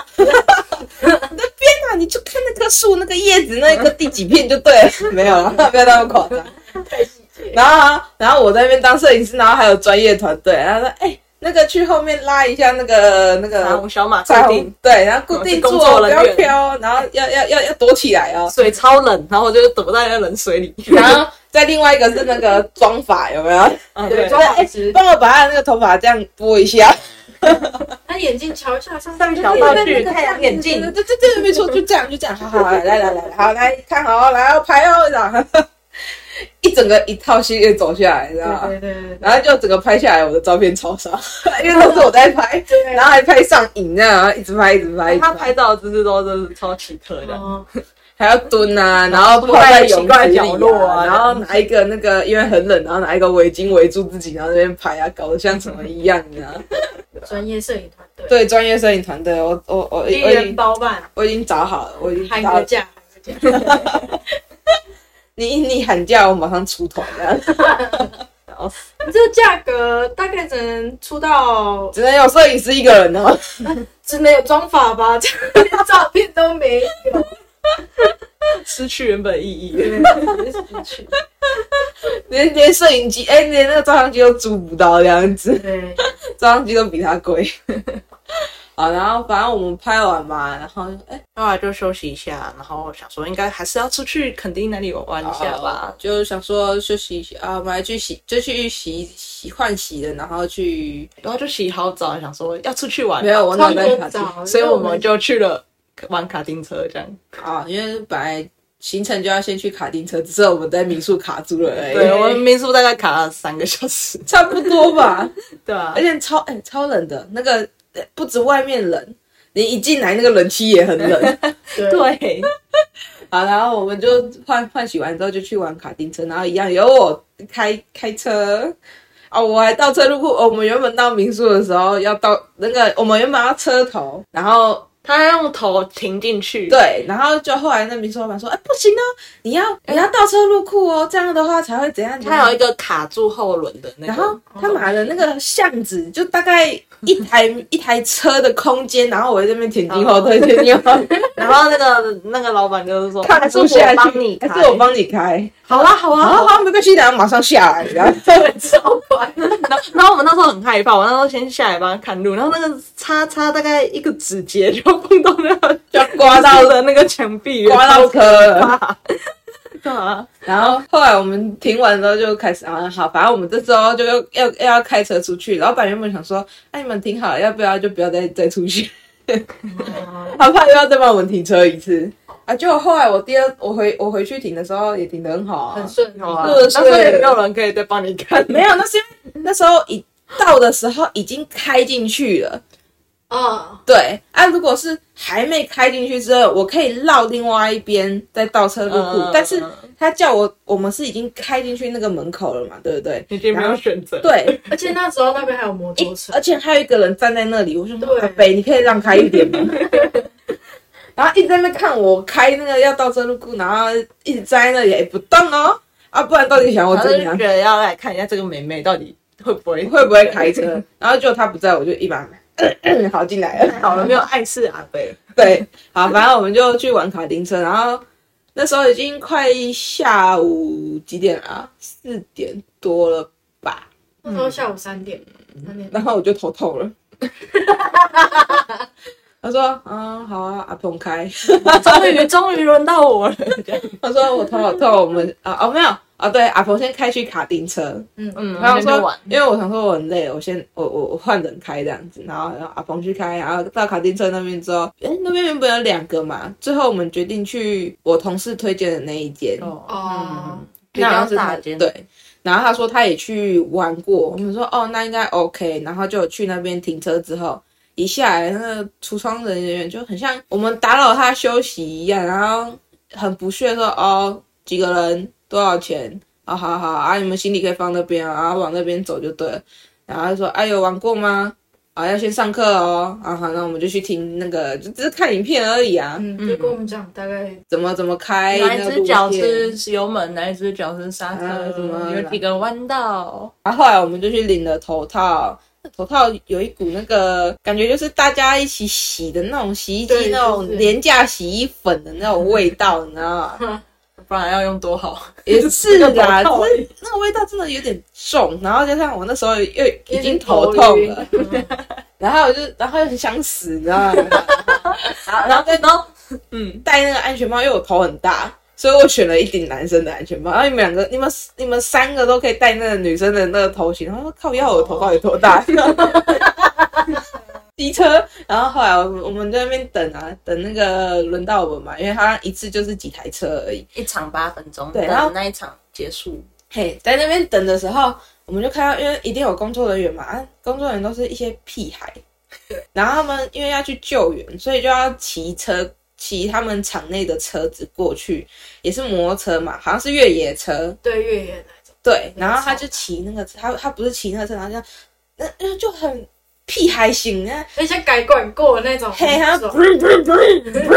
[SPEAKER 1] 那你就看那棵树那个叶子那个第几片就对了，没有了，不要那么夸张。
[SPEAKER 2] 太细节。
[SPEAKER 1] 然后啊，然后我在那边当摄影师，然后还有专业团队，然后说，哎、那个去后面拉一下那个那个
[SPEAKER 3] 彩虹小马
[SPEAKER 1] 彩
[SPEAKER 3] 固
[SPEAKER 1] 虹
[SPEAKER 3] 定，
[SPEAKER 1] 对，然后固定住
[SPEAKER 3] 我是工作
[SPEAKER 1] 哦，不
[SPEAKER 3] 人
[SPEAKER 1] 要
[SPEAKER 3] 员
[SPEAKER 1] 飘哦，然后要要要要躲起来哦。
[SPEAKER 3] 水超冷，然后我就躲在那冷水里。
[SPEAKER 1] 然后再另外一个是那个妆法有没有？
[SPEAKER 3] *laughs* 啊，
[SPEAKER 2] 对
[SPEAKER 3] 对，
[SPEAKER 1] 就
[SPEAKER 2] 妆
[SPEAKER 1] 是
[SPEAKER 2] 发
[SPEAKER 1] 哎
[SPEAKER 2] 师，
[SPEAKER 1] 帮我把他那个头发这样拨一下，
[SPEAKER 2] 他眼镜瞧一下，上
[SPEAKER 3] 上
[SPEAKER 2] 面
[SPEAKER 3] 小
[SPEAKER 2] 就
[SPEAKER 3] 道
[SPEAKER 2] 是在那
[SPEAKER 3] 具
[SPEAKER 2] 个
[SPEAKER 3] 太阳眼
[SPEAKER 1] 对
[SPEAKER 3] 镜，
[SPEAKER 1] 对对对，没错，就这样就这样，好好来来来来，好来看好哦来哦拍哦这样。 *laughs* 一整个一套系列走下来，你知道吗？
[SPEAKER 2] 对对对对，
[SPEAKER 1] 然后就整个拍下来，我的照片超少， *laughs* 因为都是我在 *laughs* 拍，然后还拍上瘾那样，然后一直拍，一直拍，一直
[SPEAKER 3] 他拍照的姿势都真是超奇特的，
[SPEAKER 2] 哦，
[SPEAKER 1] 还要蹲啊，然后泡在泳池里啊，然后拿一个那个，因为很冷，然后拿一个围巾围住自己，然后在那边拍啊，搞得像什么一样，你知 *laughs* 道吗？
[SPEAKER 2] 专业摄影团队，
[SPEAKER 1] 对，专业摄影团队，我我我我已
[SPEAKER 2] 一人
[SPEAKER 1] 经
[SPEAKER 2] 包办，
[SPEAKER 1] 我已经找好了，我已
[SPEAKER 2] 喊
[SPEAKER 1] 经
[SPEAKER 2] 个
[SPEAKER 1] 找
[SPEAKER 2] 价，喊个价，
[SPEAKER 1] 你你喊价，我马上出头这样， *laughs*
[SPEAKER 3] 笑死！
[SPEAKER 2] 这个价格大概只能出到
[SPEAKER 1] 只能有摄影师一个人哦。
[SPEAKER 2] 只能有妆法吧， *laughs* 这连照片都没有，
[SPEAKER 3] 失去原本意义。
[SPEAKER 1] 连连摄影机，哎、连那个照相机都租不到这样子，
[SPEAKER 2] 对，
[SPEAKER 1] 照相机都比它贵。 *laughs* 好，然后反正我们拍完嘛，然后哎、
[SPEAKER 3] 后来就休息一下，然后想说应该还是要出去垦丁哪里玩一下吧。
[SPEAKER 1] 就想说休息一下啊，我们还去洗，就去洗洗换洗的，然后去
[SPEAKER 3] 然后就洗好澡，想说要出去玩，
[SPEAKER 1] 没有我脑袋卡
[SPEAKER 2] 超早
[SPEAKER 1] 住
[SPEAKER 3] 所以我们就去了玩卡丁车这样。
[SPEAKER 1] 啊，因为本来行程就要先去卡丁车，只是我们在民宿卡住了而已，
[SPEAKER 3] 对，我们民宿大概卡了三个小时，
[SPEAKER 1] 差不多吧。
[SPEAKER 3] *laughs* 对啊
[SPEAKER 1] 而，且超哎、超冷的，那个、呃不止外面冷，你一进来那个冷气也很冷。
[SPEAKER 2] 对，
[SPEAKER 3] *laughs* 对，
[SPEAKER 1] 好，然后我们就换换洗完之后就去玩卡丁车，然后一样由我开开车。啊、我还倒车入库、哦我们原本到民宿的时候要到那个，我们原本要车头，然后
[SPEAKER 3] 他用头停进去，，
[SPEAKER 1] 对，然后就后来那民宿老板说，哎、不行哦，你要
[SPEAKER 3] 哎
[SPEAKER 1] 你要倒车入库哦，这样的话才会怎样。怎样
[SPEAKER 3] 他有一个卡住后轮的那个，
[SPEAKER 1] 然后他买了那个巷子，就大概一台一台车的空间，然后我在这边前进后退，前进后
[SPEAKER 3] *laughs*
[SPEAKER 1] 退，
[SPEAKER 3] 然后那个那个老板就是说，
[SPEAKER 1] 看
[SPEAKER 3] 还是
[SPEAKER 1] 不下
[SPEAKER 3] 我
[SPEAKER 1] 去，
[SPEAKER 3] 帮你开，
[SPEAKER 1] 还是我帮你开，
[SPEAKER 3] 好啊好啊
[SPEAKER 1] 然
[SPEAKER 3] 好
[SPEAKER 1] 后
[SPEAKER 3] 啊。
[SPEAKER 1] 他没关系，然后马上下来，然后
[SPEAKER 2] 超快，
[SPEAKER 3] 然后然后我们那时候很害怕，我那时候先下来帮他看路，然后那个叉叉大概一个指节就 *laughs* 碰到那个
[SPEAKER 1] *laughs* 就刮到
[SPEAKER 3] 到的那个墙
[SPEAKER 1] *laughs*
[SPEAKER 3] 壁，啊
[SPEAKER 1] 刮到车了。
[SPEAKER 3] *laughs* 干嘛？
[SPEAKER 1] 然后后来我们停完之后就开始啊，好，反正我们这时候就要要要开车出去。老板原本想说，哎、你们停好了，要不要就不要再再出
[SPEAKER 3] *laughs*
[SPEAKER 1] 去？他怕又要再帮我们停车一次啊。结果后来我第二我回我回去停的时候也停得很好啊，
[SPEAKER 2] 很顺利，
[SPEAKER 3] 有啊，
[SPEAKER 1] 是
[SPEAKER 3] 那时候也没有人可以再帮你看，
[SPEAKER 1] 没有，那是因为那时候已到的时候已经开进去了。
[SPEAKER 2] 啊，
[SPEAKER 1] 对啊，如果是还没开进去之后，我可以绕另外一边再倒车入库。
[SPEAKER 3] 嗯
[SPEAKER 1] 但是他叫我，我们是已经开进去那个门口了嘛，对不对？
[SPEAKER 3] 已经没
[SPEAKER 1] 然
[SPEAKER 3] 有
[SPEAKER 1] 后
[SPEAKER 3] 选择。，
[SPEAKER 1] 对，
[SPEAKER 2] 嗯而且那时候那边还有摩托车
[SPEAKER 1] 而，且还有一个人站在那里，我想说
[SPEAKER 2] 对
[SPEAKER 1] 阿北，你可以让开一点吗？
[SPEAKER 3] *laughs*
[SPEAKER 1] 然后一直在那边看我开那个要倒车入库，然后一直站在那里也不动哦。啊，不然到底想我
[SPEAKER 3] 然后就
[SPEAKER 1] 怎样
[SPEAKER 3] 觉？得要来看一下这个妹妹到底会不会
[SPEAKER 1] 会不会开车？然后就他不在，我就一把嗯好进来了。
[SPEAKER 3] *laughs* 好
[SPEAKER 1] *laughs*
[SPEAKER 3] 了，没有碍事啊阿贝。
[SPEAKER 1] 对，好，反正我们就去玩卡丁车，然后那时候已经快下午几点了啊？四点多了吧？
[SPEAKER 2] 那时候下午三点，三点，
[SPEAKER 1] 然后我就头痛了。他说：“嗯，好啊，阿鹏开。
[SPEAKER 3] 终于终于轮到我了，这样”
[SPEAKER 1] 他说：“我头好痛，我们啊哦没有啊，对，阿鹏先开去卡丁车。
[SPEAKER 3] 嗯，
[SPEAKER 1] 然后我
[SPEAKER 3] 那就
[SPEAKER 1] 说
[SPEAKER 3] 玩，
[SPEAKER 1] 因为我想说我很累，我先我我我换人开这样子，然后然后阿鹏去开，然后到卡丁车那边之后，哎，那边原本有两个嘛，最后我们决定去我同事推荐的那一间。
[SPEAKER 2] 哦，
[SPEAKER 3] 比较
[SPEAKER 1] 那好像是他
[SPEAKER 3] 大间
[SPEAKER 1] 对。然后他说他也去玩过，我们说哦，那应该 OK。然后就去那边停车之后，一下哎来那个橱窗人员就很像我们打扰他休息一样，然后很不屑说哦，几个人多少钱？啊、好好啊，你们行李可以放那边啊，往那边走就对了。然后他说哎、有玩过吗？啊，要先上课哦。啊，好，那我们就去听那个，就只是看影片而已啊，
[SPEAKER 2] 嗯，就跟我们讲大概
[SPEAKER 1] 怎么怎么开，
[SPEAKER 3] 哪一
[SPEAKER 1] 那个
[SPEAKER 3] 只
[SPEAKER 1] 路
[SPEAKER 3] 脚
[SPEAKER 1] 线
[SPEAKER 3] 是油门，哪一只脚是刹
[SPEAKER 1] 啊什么
[SPEAKER 3] 车，有几个弯道。
[SPEAKER 1] 然后后来我们就去领了头套，那头套有一股那个感觉，就是大家一起洗的那种洗衣机
[SPEAKER 2] 对
[SPEAKER 1] 那种
[SPEAKER 2] 就是
[SPEAKER 1] 廉价洗衣粉的那种味道，你知道
[SPEAKER 2] *laughs*
[SPEAKER 1] 吗？
[SPEAKER 3] 不然要用多 *laughs* 好？
[SPEAKER 1] 也是啦，
[SPEAKER 3] 头套
[SPEAKER 1] 就
[SPEAKER 3] 而
[SPEAKER 1] 是那个味道真的有点重，然后加上我那时候又已经头
[SPEAKER 2] 有
[SPEAKER 1] 痛
[SPEAKER 2] 点
[SPEAKER 1] 了，
[SPEAKER 2] 头晕，
[SPEAKER 1] 然后我就然后又很想死，你知道吗？然后然后再
[SPEAKER 3] 然后
[SPEAKER 1] 戴那个安全帽，因为我头很大，所以我选了一顶男生的安全帽。然后你们两个、你们、你们三个都可以戴那个女生的那个头型。然后说靠，要我的头到底多大？机车，然后后来我们我们在那边等啊，等那个轮到我们嘛，因为他一次就是几台车而已。
[SPEAKER 3] 一场八分钟，
[SPEAKER 1] 对
[SPEAKER 3] 对，
[SPEAKER 1] 然后
[SPEAKER 3] 那一场结束。
[SPEAKER 1] 嘿，在那边等的时候，我们就看到，因为一定有工作人员嘛，啊，工作人员都是一些屁
[SPEAKER 2] *laughs*
[SPEAKER 1] 孩，然后他们因为要去救援，所以就要骑车，骑他们场内的车子过去，也是摩托车嘛，好像是越野车，
[SPEAKER 2] 对越野那种，
[SPEAKER 1] 对，然后他就骑那个，他他不是骑那个车，然后这样，那那就很屁孩型啊，
[SPEAKER 2] 而且改管过那种，
[SPEAKER 1] 嘿，他
[SPEAKER 2] 那种
[SPEAKER 1] 噗噗噗噗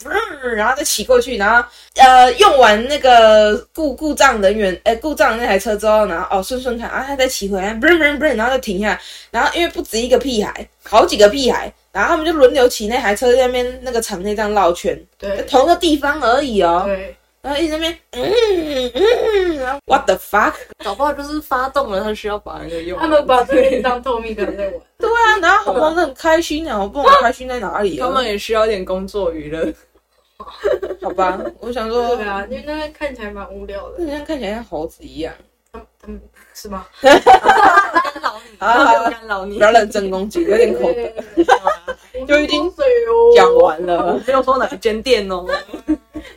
[SPEAKER 1] 噗，然后再骑过去，然后呃用完那个故故障人员，哎、故障那台车之后，然后哦顺顺看，啊他再骑回来，不不不，然后再停下来，然后因为不止一个屁孩，好几个屁孩，然后他们就轮流骑那台车在那边那个场内这样绕圈，
[SPEAKER 2] 对
[SPEAKER 1] 同个地方而已哦，
[SPEAKER 2] 对，
[SPEAKER 1] 然后一直在那边嗯嗯，然后 what the fuck，
[SPEAKER 3] 搞不好就是发动了，他需要把那个用。
[SPEAKER 2] 他们把这个当透明感在玩，
[SPEAKER 1] 对啊，然后红毛是很开心啊，我不懂开心在哪里
[SPEAKER 3] 他
[SPEAKER 1] 啊，
[SPEAKER 3] 们也需要一点工作娱乐。
[SPEAKER 1] 好吧，我想说，
[SPEAKER 2] 对啊，因为那个看起来蛮无聊的，
[SPEAKER 1] 那像看起来像猴子一样。
[SPEAKER 2] 他们他们是吗？
[SPEAKER 3] 干扰你，
[SPEAKER 1] 好好好
[SPEAKER 3] 干扰你
[SPEAKER 1] 不。要认真攻击，有点口
[SPEAKER 2] 对，
[SPEAKER 1] 就已经
[SPEAKER 2] 我流口水哦
[SPEAKER 1] 讲完了。
[SPEAKER 3] 没有说哪一间店哦，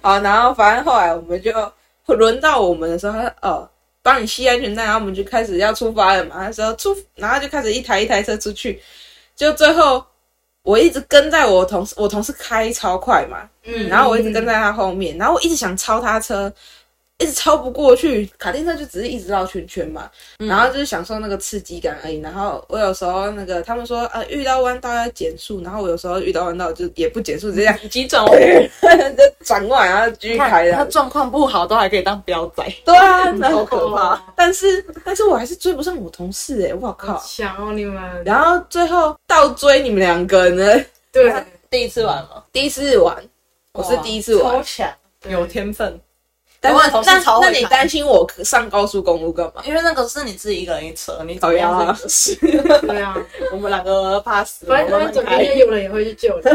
[SPEAKER 1] 好，然后反正后来我们就轮到我们的时候，他说哦，帮你系安全带，然后我们就开始要出发了嘛。他说出，然后就开始一台一台车出去，就最后我一直跟在我同事，我同事开超快嘛，
[SPEAKER 2] 嗯，
[SPEAKER 1] 然后我一直跟在他后面，然后我一直想超他车，一直超不过去。卡丁车就只是一直绕圈圈嘛，
[SPEAKER 3] 嗯
[SPEAKER 1] 然后就是享受那个刺激感而已。然后我有时候那个他们说呃遇到弯道要减速，然后我有时候遇到弯道就也不减速，直接这样
[SPEAKER 3] 急转弯。
[SPEAKER 1] *laughs* 就转过来然后继续开
[SPEAKER 3] 嗯他
[SPEAKER 1] 的。
[SPEAKER 3] 状况不好都还可以当标仔，
[SPEAKER 1] 对啊，然
[SPEAKER 3] 好
[SPEAKER 1] 后
[SPEAKER 3] 可怕。
[SPEAKER 2] 哦
[SPEAKER 1] 但是但是我还是追不上我同事哎、我靠！
[SPEAKER 2] 想哦你
[SPEAKER 3] 嗯
[SPEAKER 2] 们，
[SPEAKER 1] 然后最后倒追你们两个人，
[SPEAKER 2] 对，
[SPEAKER 3] 第一次玩吗？
[SPEAKER 1] 第一次玩，我是第一次玩，
[SPEAKER 3] 强，
[SPEAKER 2] 对
[SPEAKER 3] 有天分。
[SPEAKER 1] 但
[SPEAKER 3] 我的
[SPEAKER 1] 是
[SPEAKER 3] 同事
[SPEAKER 1] 那
[SPEAKER 3] 超会
[SPEAKER 1] 那你
[SPEAKER 3] 开
[SPEAKER 1] 担心我上高速公路干嘛？
[SPEAKER 3] 因为那个是你自己一个人一车，你怎
[SPEAKER 1] 好
[SPEAKER 3] 么
[SPEAKER 1] 呀、
[SPEAKER 3] 样
[SPEAKER 1] 啊
[SPEAKER 3] 是？
[SPEAKER 1] *laughs*
[SPEAKER 2] 对啊，
[SPEAKER 3] 我们两个怕死，
[SPEAKER 2] 反正他们
[SPEAKER 3] 我
[SPEAKER 2] 总
[SPEAKER 3] 们
[SPEAKER 2] 边有人也会
[SPEAKER 1] *laughs*
[SPEAKER 2] 去救你，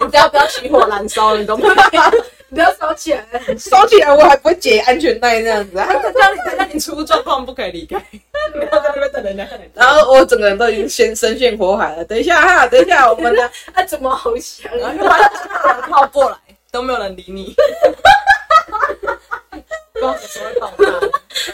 [SPEAKER 3] 你只要不要起火燃烧，你都 *laughs* 不
[SPEAKER 2] 不要烧起来，
[SPEAKER 1] 烧起来我还不会解安全带那样子、啊，
[SPEAKER 3] 让你让你出状况不可以离开， *laughs* 不要在那边等人家。
[SPEAKER 1] 然后我整个人都已经先深陷火海了。等一下哈，等一下，我们的
[SPEAKER 2] 那啊怎么好想？
[SPEAKER 3] 然
[SPEAKER 1] 啊
[SPEAKER 3] 后把靠过来，都没有人理你。光子说放大，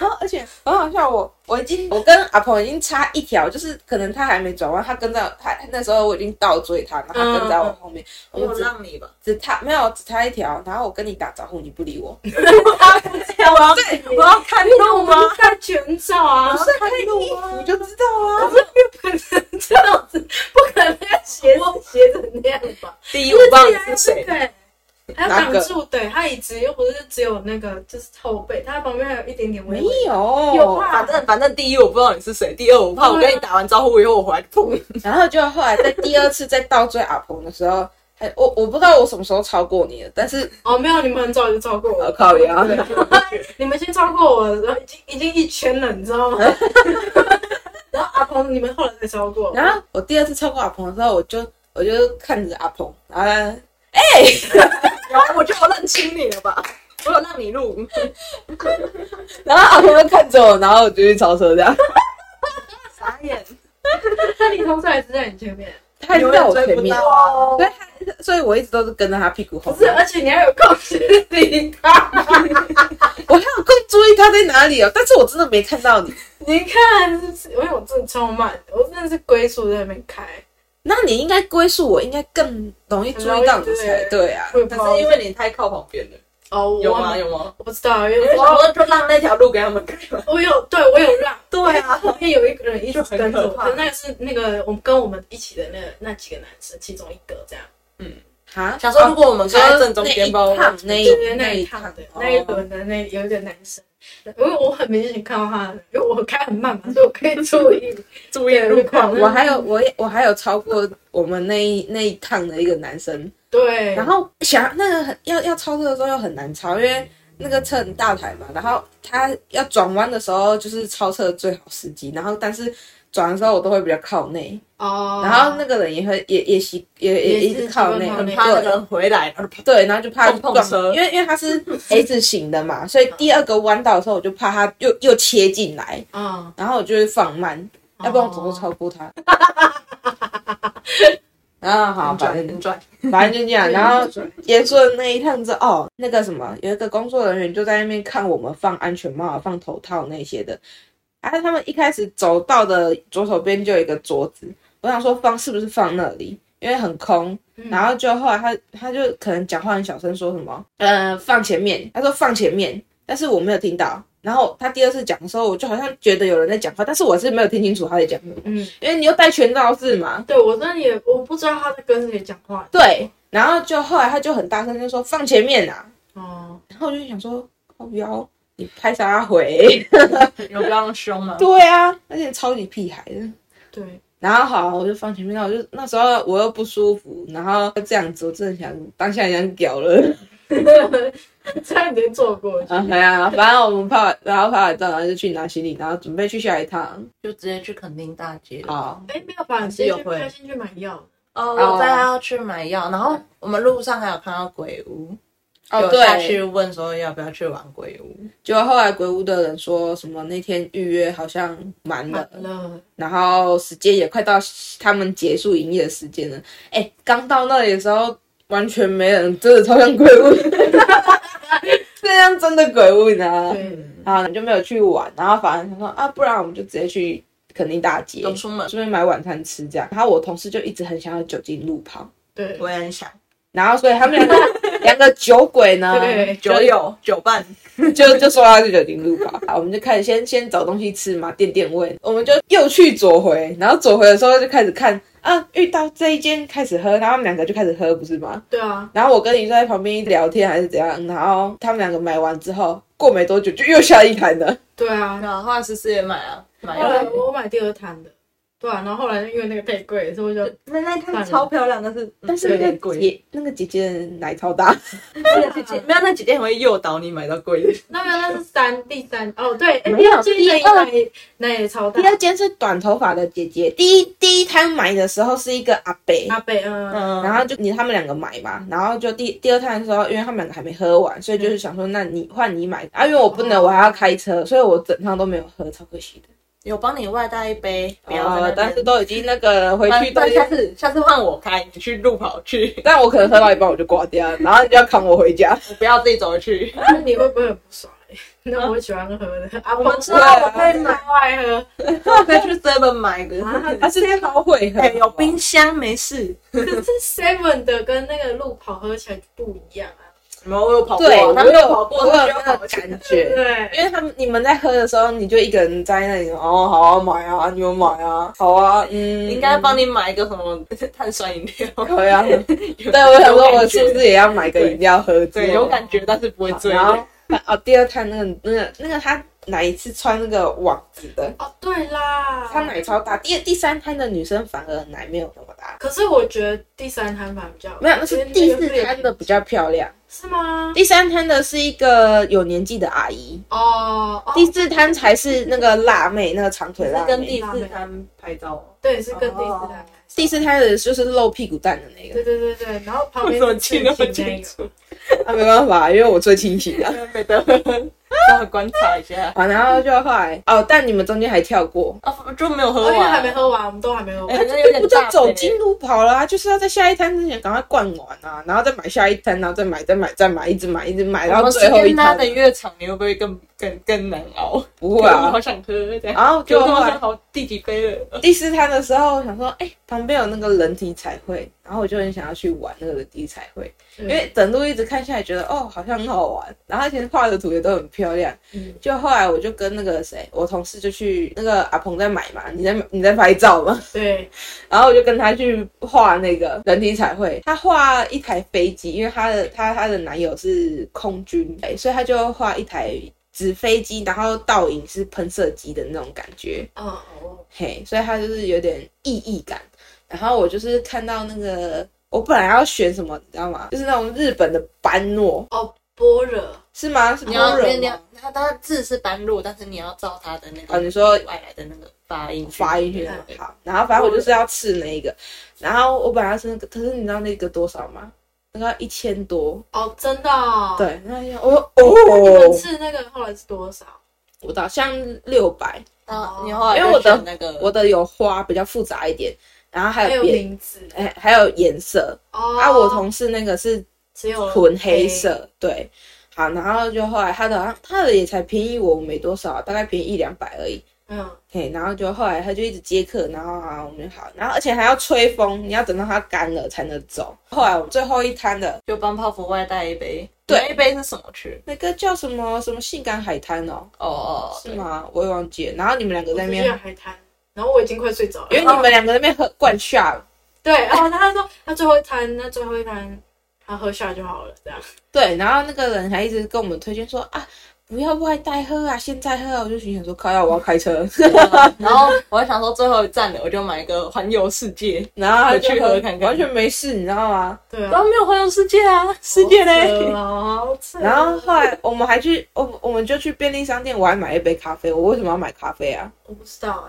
[SPEAKER 1] 然后而且很好笑，我我已经我跟阿鹏已经差一条，就是可能他还没转弯，他跟在他那时候我已经倒追他，然后他跟在我后面，我们只
[SPEAKER 3] 让你吧。
[SPEAKER 1] 只差没有只差一条，然后我跟你打招呼你不理我，
[SPEAKER 3] *laughs* 我要我要看路吗？
[SPEAKER 2] 看全照啊，
[SPEAKER 1] 不是看衣服就知道啊，
[SPEAKER 2] *laughs* 不可能这样子，不可能要斜着斜着那样吧？
[SPEAKER 3] 第一五棒是谁？
[SPEAKER 2] 对，还有挡住，对，他椅子又不是只有那个，就是后背，它旁边还有一点点微
[SPEAKER 1] 没
[SPEAKER 2] 微。
[SPEAKER 1] 有
[SPEAKER 2] 有吧
[SPEAKER 3] 哦反正反正第一我不知道你是谁，第二我怕我跟你打完招呼以后我回来碰你。
[SPEAKER 1] 然后就后来在第二次再倒追阿鹏的时候，还我我不知道我什么时候超过你了，但是
[SPEAKER 2] 哦，没有，你们很早就照过
[SPEAKER 1] 我
[SPEAKER 2] 我，
[SPEAKER 1] 靠呀，
[SPEAKER 2] *laughs* 你们先照过我，然后已经已经一圈了，你知道吗？ *laughs* 然后阿鹏，你们后来才照过我，
[SPEAKER 1] 然后我第二次超过阿鹏的时候，我就我就看着阿鹏，然后呢
[SPEAKER 3] 然后我就要认清你了吧？我有让你录，
[SPEAKER 1] 然后阿鹏就看着我，然后我就去超车，这样
[SPEAKER 3] 傻眼，
[SPEAKER 2] 那你同事还是在你前面，
[SPEAKER 1] *laughs* 他还是在我前面，
[SPEAKER 3] 啊！
[SPEAKER 1] 所以他所以我一直都是跟着他屁股后
[SPEAKER 2] 不是，
[SPEAKER 1] 面，
[SPEAKER 2] 而且你还有空去理他， *laughs*
[SPEAKER 1] 我还有更注意他在哪里哦，但是我真的没看到你，
[SPEAKER 2] 你看，因为我真的超慢，我真的是龟速在那边开，
[SPEAKER 1] 那你应该归宿我，应该更容易注意到你才对啊。
[SPEAKER 2] 我也不知
[SPEAKER 3] 但
[SPEAKER 2] 道
[SPEAKER 3] 是因为你太靠旁边了，
[SPEAKER 2] 哦，我
[SPEAKER 3] 有吗？有吗？
[SPEAKER 2] 我不知道，因为
[SPEAKER 3] 我
[SPEAKER 2] 我
[SPEAKER 3] 说就让那条路给他们看。
[SPEAKER 2] 我有对我有让。
[SPEAKER 3] 对啊，
[SPEAKER 2] 后面有一个人一直跟着我，
[SPEAKER 3] 就很
[SPEAKER 2] 可
[SPEAKER 3] 可怕
[SPEAKER 2] 是那个是那个我们跟我们一起的那个那几个男生其中一个这样，
[SPEAKER 1] 哈，
[SPEAKER 3] 想说如果我们开在正中间吧，
[SPEAKER 1] 那一趟那一
[SPEAKER 2] 就是那
[SPEAKER 1] 那
[SPEAKER 2] 一
[SPEAKER 1] 一
[SPEAKER 2] 趟
[SPEAKER 1] 趟哦
[SPEAKER 2] 的那一轮的那有一个男生，因为我很明显看到他，因为我开很慢嘛，所以我可以注
[SPEAKER 3] *laughs*
[SPEAKER 2] 意
[SPEAKER 3] 注意路况。
[SPEAKER 1] 我还有我也我还有超过我们那一那一趟的一个男生，
[SPEAKER 2] 对，
[SPEAKER 1] 然后想那个很要要超车的时候又很难超，因为那个车很大台嘛，然后他要转弯的时候就是超车的最好时机，然后但是转的时候我都会比较靠内，
[SPEAKER 2] 哦，
[SPEAKER 1] 然后那个人也会也也习也也
[SPEAKER 2] 也
[SPEAKER 1] 也
[SPEAKER 2] 是
[SPEAKER 1] 一直靠
[SPEAKER 2] 喜
[SPEAKER 1] 内，
[SPEAKER 2] 欢靠内
[SPEAKER 1] 对
[SPEAKER 3] 他那个人回来，然后啪
[SPEAKER 1] 对，然后就怕
[SPEAKER 3] 碰碰
[SPEAKER 1] 撞
[SPEAKER 3] 车
[SPEAKER 1] 因为因为他是 S 型的嘛，所以第二个弯道的时候我就怕他又又切进来，
[SPEAKER 2] 嗯，
[SPEAKER 1] 然后我就会放慢，要不然我总
[SPEAKER 2] 哦
[SPEAKER 1] 是超过他。啊，好，
[SPEAKER 4] 转
[SPEAKER 1] 反正
[SPEAKER 4] 很转，
[SPEAKER 1] 反正就这样。然后结束的那一趟之后，哦，那个什么，有一个工作人员就在那边看我们放安全帽、放头套那些的。啊，他们一开始走到的左手边就有一个桌子，我想说放是不是放那里，因为很空。然后就后来他他就可能讲话很小声，说什么呃放前面，他说放前面，但是我没有听到。然后他第二次讲的时候，我就好像觉得有人在讲话，但是我是没有听清楚他在讲什么，
[SPEAKER 2] 嗯，
[SPEAKER 1] 因为你又戴全罩式嘛，
[SPEAKER 2] 对我那里也我不知道他在跟谁讲话。
[SPEAKER 1] 对，然后就后来他就很大声就说放前面啊，
[SPEAKER 2] 哦，
[SPEAKER 1] 然后我就想说靠腰，你拍啥啊回？
[SPEAKER 4] 有比较凶吗？
[SPEAKER 1] *laughs* 对啊，而且超级屁孩的。
[SPEAKER 2] 对，
[SPEAKER 1] 然后好，我就放前面，那我就那时候我又不舒服，然后这样子，我真的想当下想屌了。 *laughs*
[SPEAKER 2] 差点直接坐过去。
[SPEAKER 1] 啊，对啊，反正我们拍完，然后拍完照，然后就去拿行李，然后准备去下一趟。
[SPEAKER 3] 就直接去垦丁大街了。
[SPEAKER 1] 好，
[SPEAKER 2] 哎，没有吧？你
[SPEAKER 3] 是有
[SPEAKER 2] 先去
[SPEAKER 3] 回
[SPEAKER 2] 他先去买药。
[SPEAKER 3] 哦，
[SPEAKER 1] 哦
[SPEAKER 3] 我带他要去买药，然后我们路上还有看到鬼屋，
[SPEAKER 1] 哦
[SPEAKER 3] 有下
[SPEAKER 1] 对
[SPEAKER 3] 去，问说要不要去玩鬼屋。
[SPEAKER 1] 就后来鬼屋的人说什么那天预约好像满了
[SPEAKER 2] 满，了，
[SPEAKER 1] 然后时间也快到他们结束营业的时间了。哎，刚到那里的时候完全没人，真的超像鬼屋，这样真的鬼屋，你知道吗？
[SPEAKER 2] 对，
[SPEAKER 1] 然后就没有去玩，然后反正他说啊，不然我们就直接去垦丁大街，
[SPEAKER 3] 有出门，
[SPEAKER 1] 顺便买晚餐吃这样。然后我同事就一直很想要酒精路跑。
[SPEAKER 2] 对，
[SPEAKER 3] 我也很想
[SPEAKER 1] 然后所以他们两个两个酒鬼呢，
[SPEAKER 2] *laughs* 对
[SPEAKER 1] 就
[SPEAKER 3] 酒友酒伴，
[SPEAKER 1] 就就说要去酒精路跑， *laughs* 好我们就开始先先找东西吃嘛，垫垫胃，我们就又去左回，然后左回的时候就开始看啊，遇到这一间开始喝，然后他们两个就开始喝，不是吗？
[SPEAKER 2] 对啊，
[SPEAKER 1] 然后我跟你在旁边聊天还是怎样，然后他们两个买完之后，过没多久就又下一坛
[SPEAKER 4] 嗯
[SPEAKER 1] 了，
[SPEAKER 2] 对啊。
[SPEAKER 3] 然后后来思思也买啊，买
[SPEAKER 2] 后来
[SPEAKER 3] 了。
[SPEAKER 2] 我买第二摊的，对啊，然后后来因为那个太贵，所以我就
[SPEAKER 4] 那那
[SPEAKER 2] 算
[SPEAKER 4] 她
[SPEAKER 2] 了
[SPEAKER 4] 超漂亮，但是嗯
[SPEAKER 3] 嗯
[SPEAKER 1] 但是
[SPEAKER 4] 有
[SPEAKER 1] 那
[SPEAKER 4] 点
[SPEAKER 1] 个
[SPEAKER 4] 贵。
[SPEAKER 1] 姐那个姐姐的奶
[SPEAKER 4] *laughs*
[SPEAKER 1] 超大，
[SPEAKER 4] 那姐姐没有，那姐姐很会诱导你买到贵的。
[SPEAKER 2] 那没有，那是三第三哦，对，
[SPEAKER 1] 没有
[SPEAKER 2] 第一
[SPEAKER 1] 第二
[SPEAKER 2] 那也那也超大
[SPEAKER 1] 第，二间是短头发的姐姐，第一第一摊买的时候是一个阿伯，
[SPEAKER 2] 阿北嗯，
[SPEAKER 4] 嗯，
[SPEAKER 1] 然后就你他们两个买嘛，然后就第第二趟的时候，因为他们两个还没喝完，所以
[SPEAKER 3] 嗯
[SPEAKER 1] 就是想说，那你换你买啊，因为我不能，我还要开车，所以我整趟都没有喝，超可惜的。
[SPEAKER 3] 有帮你外带一杯，不要在那
[SPEAKER 1] 啊，
[SPEAKER 3] 边
[SPEAKER 1] 但是都已经那
[SPEAKER 3] *laughs*
[SPEAKER 1] 个回去
[SPEAKER 3] 反
[SPEAKER 1] 都已经
[SPEAKER 3] 正下，次下次换我开，你去路跑去，
[SPEAKER 1] 但我可能喝到一半我就挂掉，然后你就要扛我回
[SPEAKER 3] *laughs*
[SPEAKER 1] 家。
[SPEAKER 3] 我不要自己走 *laughs* 去。
[SPEAKER 2] 那你会不会很不爽？欸 *laughs* 那我喜欢喝
[SPEAKER 1] *laughs*
[SPEAKER 2] 的，阿
[SPEAKER 4] 我
[SPEAKER 2] 伯啊
[SPEAKER 4] 知
[SPEAKER 1] 道
[SPEAKER 4] 道
[SPEAKER 1] 嗯我
[SPEAKER 4] 我
[SPEAKER 1] 可
[SPEAKER 4] 可
[SPEAKER 1] 以
[SPEAKER 4] 以
[SPEAKER 1] 买
[SPEAKER 4] 买，
[SPEAKER 2] 爱喝，啊
[SPEAKER 4] 我可以去 Seven 买的。
[SPEAKER 1] 他啊是超会喝，
[SPEAKER 3] 啊哎，有冰箱没事，
[SPEAKER 2] 可是 Seven 的跟那个路跑喝起来就不一样啊，
[SPEAKER 3] 没有我有跑过，
[SPEAKER 1] 对，
[SPEAKER 3] 他
[SPEAKER 1] 我
[SPEAKER 3] 没
[SPEAKER 1] 有
[SPEAKER 3] 有跑过，
[SPEAKER 1] 我有
[SPEAKER 3] 他需要
[SPEAKER 1] 那
[SPEAKER 3] 跑
[SPEAKER 1] 个
[SPEAKER 3] 起来
[SPEAKER 1] 感觉。
[SPEAKER 2] 对，
[SPEAKER 1] 因为他们你们在喝的时候，你就一个人在那里，哦，好啊，买啊，你们买啊，好啊，嗯，
[SPEAKER 3] 应该帮你买一个什么碳酸饮料，
[SPEAKER 1] 可
[SPEAKER 3] *laughs*
[SPEAKER 1] 以啊。对，我想说，我是不是也要买个饮料喝？
[SPEAKER 3] 对，有感觉，但是不会醉。
[SPEAKER 1] 然后哦，第二摊那个那个那个他哪一次穿那个网子的，
[SPEAKER 2] 哦对啦，
[SPEAKER 1] 他奶超大。第第三摊的女生反而奶没有那么大，
[SPEAKER 2] 可是我觉得第三摊反而比较
[SPEAKER 1] 没有，那是第四摊的比较漂亮。
[SPEAKER 2] 是吗？
[SPEAKER 1] 第三摊的是一个有年纪的阿姨，
[SPEAKER 2] 哦哦，
[SPEAKER 1] 第四摊才是那个辣妹，那个长腿
[SPEAKER 3] 是
[SPEAKER 1] 辣
[SPEAKER 3] 跟
[SPEAKER 1] 妹。
[SPEAKER 3] 第四摊拍照吗？
[SPEAKER 2] 对是跟第四
[SPEAKER 1] 哦
[SPEAKER 2] 摊，
[SPEAKER 1] 第四摊的就是露屁股蛋的那个
[SPEAKER 2] 对，对对对，然后旁
[SPEAKER 3] 为
[SPEAKER 2] 边
[SPEAKER 3] 什么
[SPEAKER 2] 是
[SPEAKER 3] 记那么
[SPEAKER 2] 刺青那
[SPEAKER 3] 清
[SPEAKER 2] 个
[SPEAKER 3] 楚？
[SPEAKER 1] 啊，没办法，因为我最清醒啊。
[SPEAKER 3] 没得，稍微观察一下。
[SPEAKER 1] 啊，然后就后来哦，但你们中间还跳过，
[SPEAKER 3] 啊，就没有
[SPEAKER 2] *laughs*
[SPEAKER 3] 喝
[SPEAKER 2] 哦，因为
[SPEAKER 3] 完，
[SPEAKER 2] 还没喝完，我们都还没喝
[SPEAKER 3] 哎，
[SPEAKER 2] 完。
[SPEAKER 3] 那有点
[SPEAKER 1] 不
[SPEAKER 3] 大
[SPEAKER 1] 就
[SPEAKER 3] 杯
[SPEAKER 1] 走近路跑啦、就是要在下一摊之前赶快逛完啊，然后再买下一摊，然后再买，再买，再买，一直买，一直买，哎然后
[SPEAKER 3] 我
[SPEAKER 1] 最后一
[SPEAKER 3] 拉
[SPEAKER 1] 摊
[SPEAKER 3] 的越长，你会不会更更更难熬？
[SPEAKER 1] 不会啊
[SPEAKER 3] 好。想喝这样。
[SPEAKER 1] 然后 *laughs* 就
[SPEAKER 3] 就
[SPEAKER 1] 后
[SPEAKER 3] 好
[SPEAKER 1] 来
[SPEAKER 3] 像好第几杯了，
[SPEAKER 1] 第四摊的时候，想说，哎、旁边有那个人体彩绘，然后我就很想要去玩那个人体彩绘，
[SPEAKER 3] 嗯
[SPEAKER 1] 因为整路一直看下来，觉得哦，好像很好玩，然后其实画的图也都很漂亮。
[SPEAKER 2] 嗯
[SPEAKER 1] 就后来我就跟那个谁，我同事就去那个阿鹏在买嘛，你在你在拍照吗？
[SPEAKER 2] 对，
[SPEAKER 1] 然后我就跟他去画那个人体彩绘，他画一台飞机，因为他的他他的男友是空军，哎，所以他就画一台纸飞机，然后倒影是喷射机的那种感觉，
[SPEAKER 2] 哦哦，
[SPEAKER 1] 嘿，所以他就是有点意义感。然后我就是看到那个，我本来要选什么，你知道吗？就是那种日本的班诺，
[SPEAKER 2] 哦般若，
[SPEAKER 1] 是吗？是
[SPEAKER 3] *laughs* 你
[SPEAKER 1] 波
[SPEAKER 3] 要
[SPEAKER 1] 人
[SPEAKER 3] 你
[SPEAKER 1] 吗
[SPEAKER 3] 要，他他字是般若，但是你要照他的那个
[SPEAKER 1] 啊你说
[SPEAKER 3] 外来的那个发音去
[SPEAKER 1] 发音去
[SPEAKER 3] 对
[SPEAKER 1] 好，然后反正我就是要吃那一个，然后我本来要吃那个，可是你知道那个多少吗？那个一千多，
[SPEAKER 2] 哦，真的哦。
[SPEAKER 1] 对，那要我
[SPEAKER 2] 你们
[SPEAKER 1] 哦，
[SPEAKER 2] 吃那个后来是多少？
[SPEAKER 1] 我的好像六百，
[SPEAKER 3] 然后你后来
[SPEAKER 1] 因为我的
[SPEAKER 3] 就选那个
[SPEAKER 1] 我的有花比较复杂一点，然后还
[SPEAKER 2] 嗯还
[SPEAKER 1] 有
[SPEAKER 2] 有
[SPEAKER 1] 别
[SPEAKER 2] 名字
[SPEAKER 1] 哎、还有颜色、
[SPEAKER 2] 哦。
[SPEAKER 1] 啊，我同事那个是
[SPEAKER 2] 只有
[SPEAKER 1] 纯黑，色，对，好，然后就后来他的好像他的也才便宜我没多少啊，大概便宜一两百而已。
[SPEAKER 2] 嗯，
[SPEAKER 1] 嘿，然后就后来他就一直接客，然后啊我们就好，然后而且还要吹风，你要等到它干了才能走。后来我们最后一摊的
[SPEAKER 3] 就帮泡芙外带一杯。
[SPEAKER 1] 对
[SPEAKER 3] 那一杯是什么去？
[SPEAKER 1] 那个叫什么什么性感海滩哦，
[SPEAKER 3] 哦哦，
[SPEAKER 1] 是 *laughs* 吗？我也忘记了。然后你们两个在那
[SPEAKER 2] 我最近有
[SPEAKER 1] 边，
[SPEAKER 2] 海滩，然后我已经快睡着了。
[SPEAKER 1] 因为你们两个在那边喝灌下了，
[SPEAKER 2] 对，然后他说那最后一摊，那最后一摊，他喝下就好了，这样。
[SPEAKER 1] 对，然后那个人还一直跟我们推荐说啊。不要外带喝啊！现在喝啊，我就心想说，靠呀，我要开车， *laughs*
[SPEAKER 3] 然后我还想说最后一站了，我就买一个环游世界。
[SPEAKER 1] 然后他
[SPEAKER 3] 回
[SPEAKER 1] 就
[SPEAKER 3] 去喝
[SPEAKER 1] 喝，
[SPEAKER 3] 看看
[SPEAKER 1] 完全没事，你知道吗？
[SPEAKER 2] 对
[SPEAKER 3] 然
[SPEAKER 2] 啊，
[SPEAKER 3] 后没有环游世界啊，世界嘞，
[SPEAKER 2] 好扯哦
[SPEAKER 1] 然后后来我们还去，我我们就去便利商店，我还买了一杯咖啡。我为什么要买咖啡啊？
[SPEAKER 2] 我不知道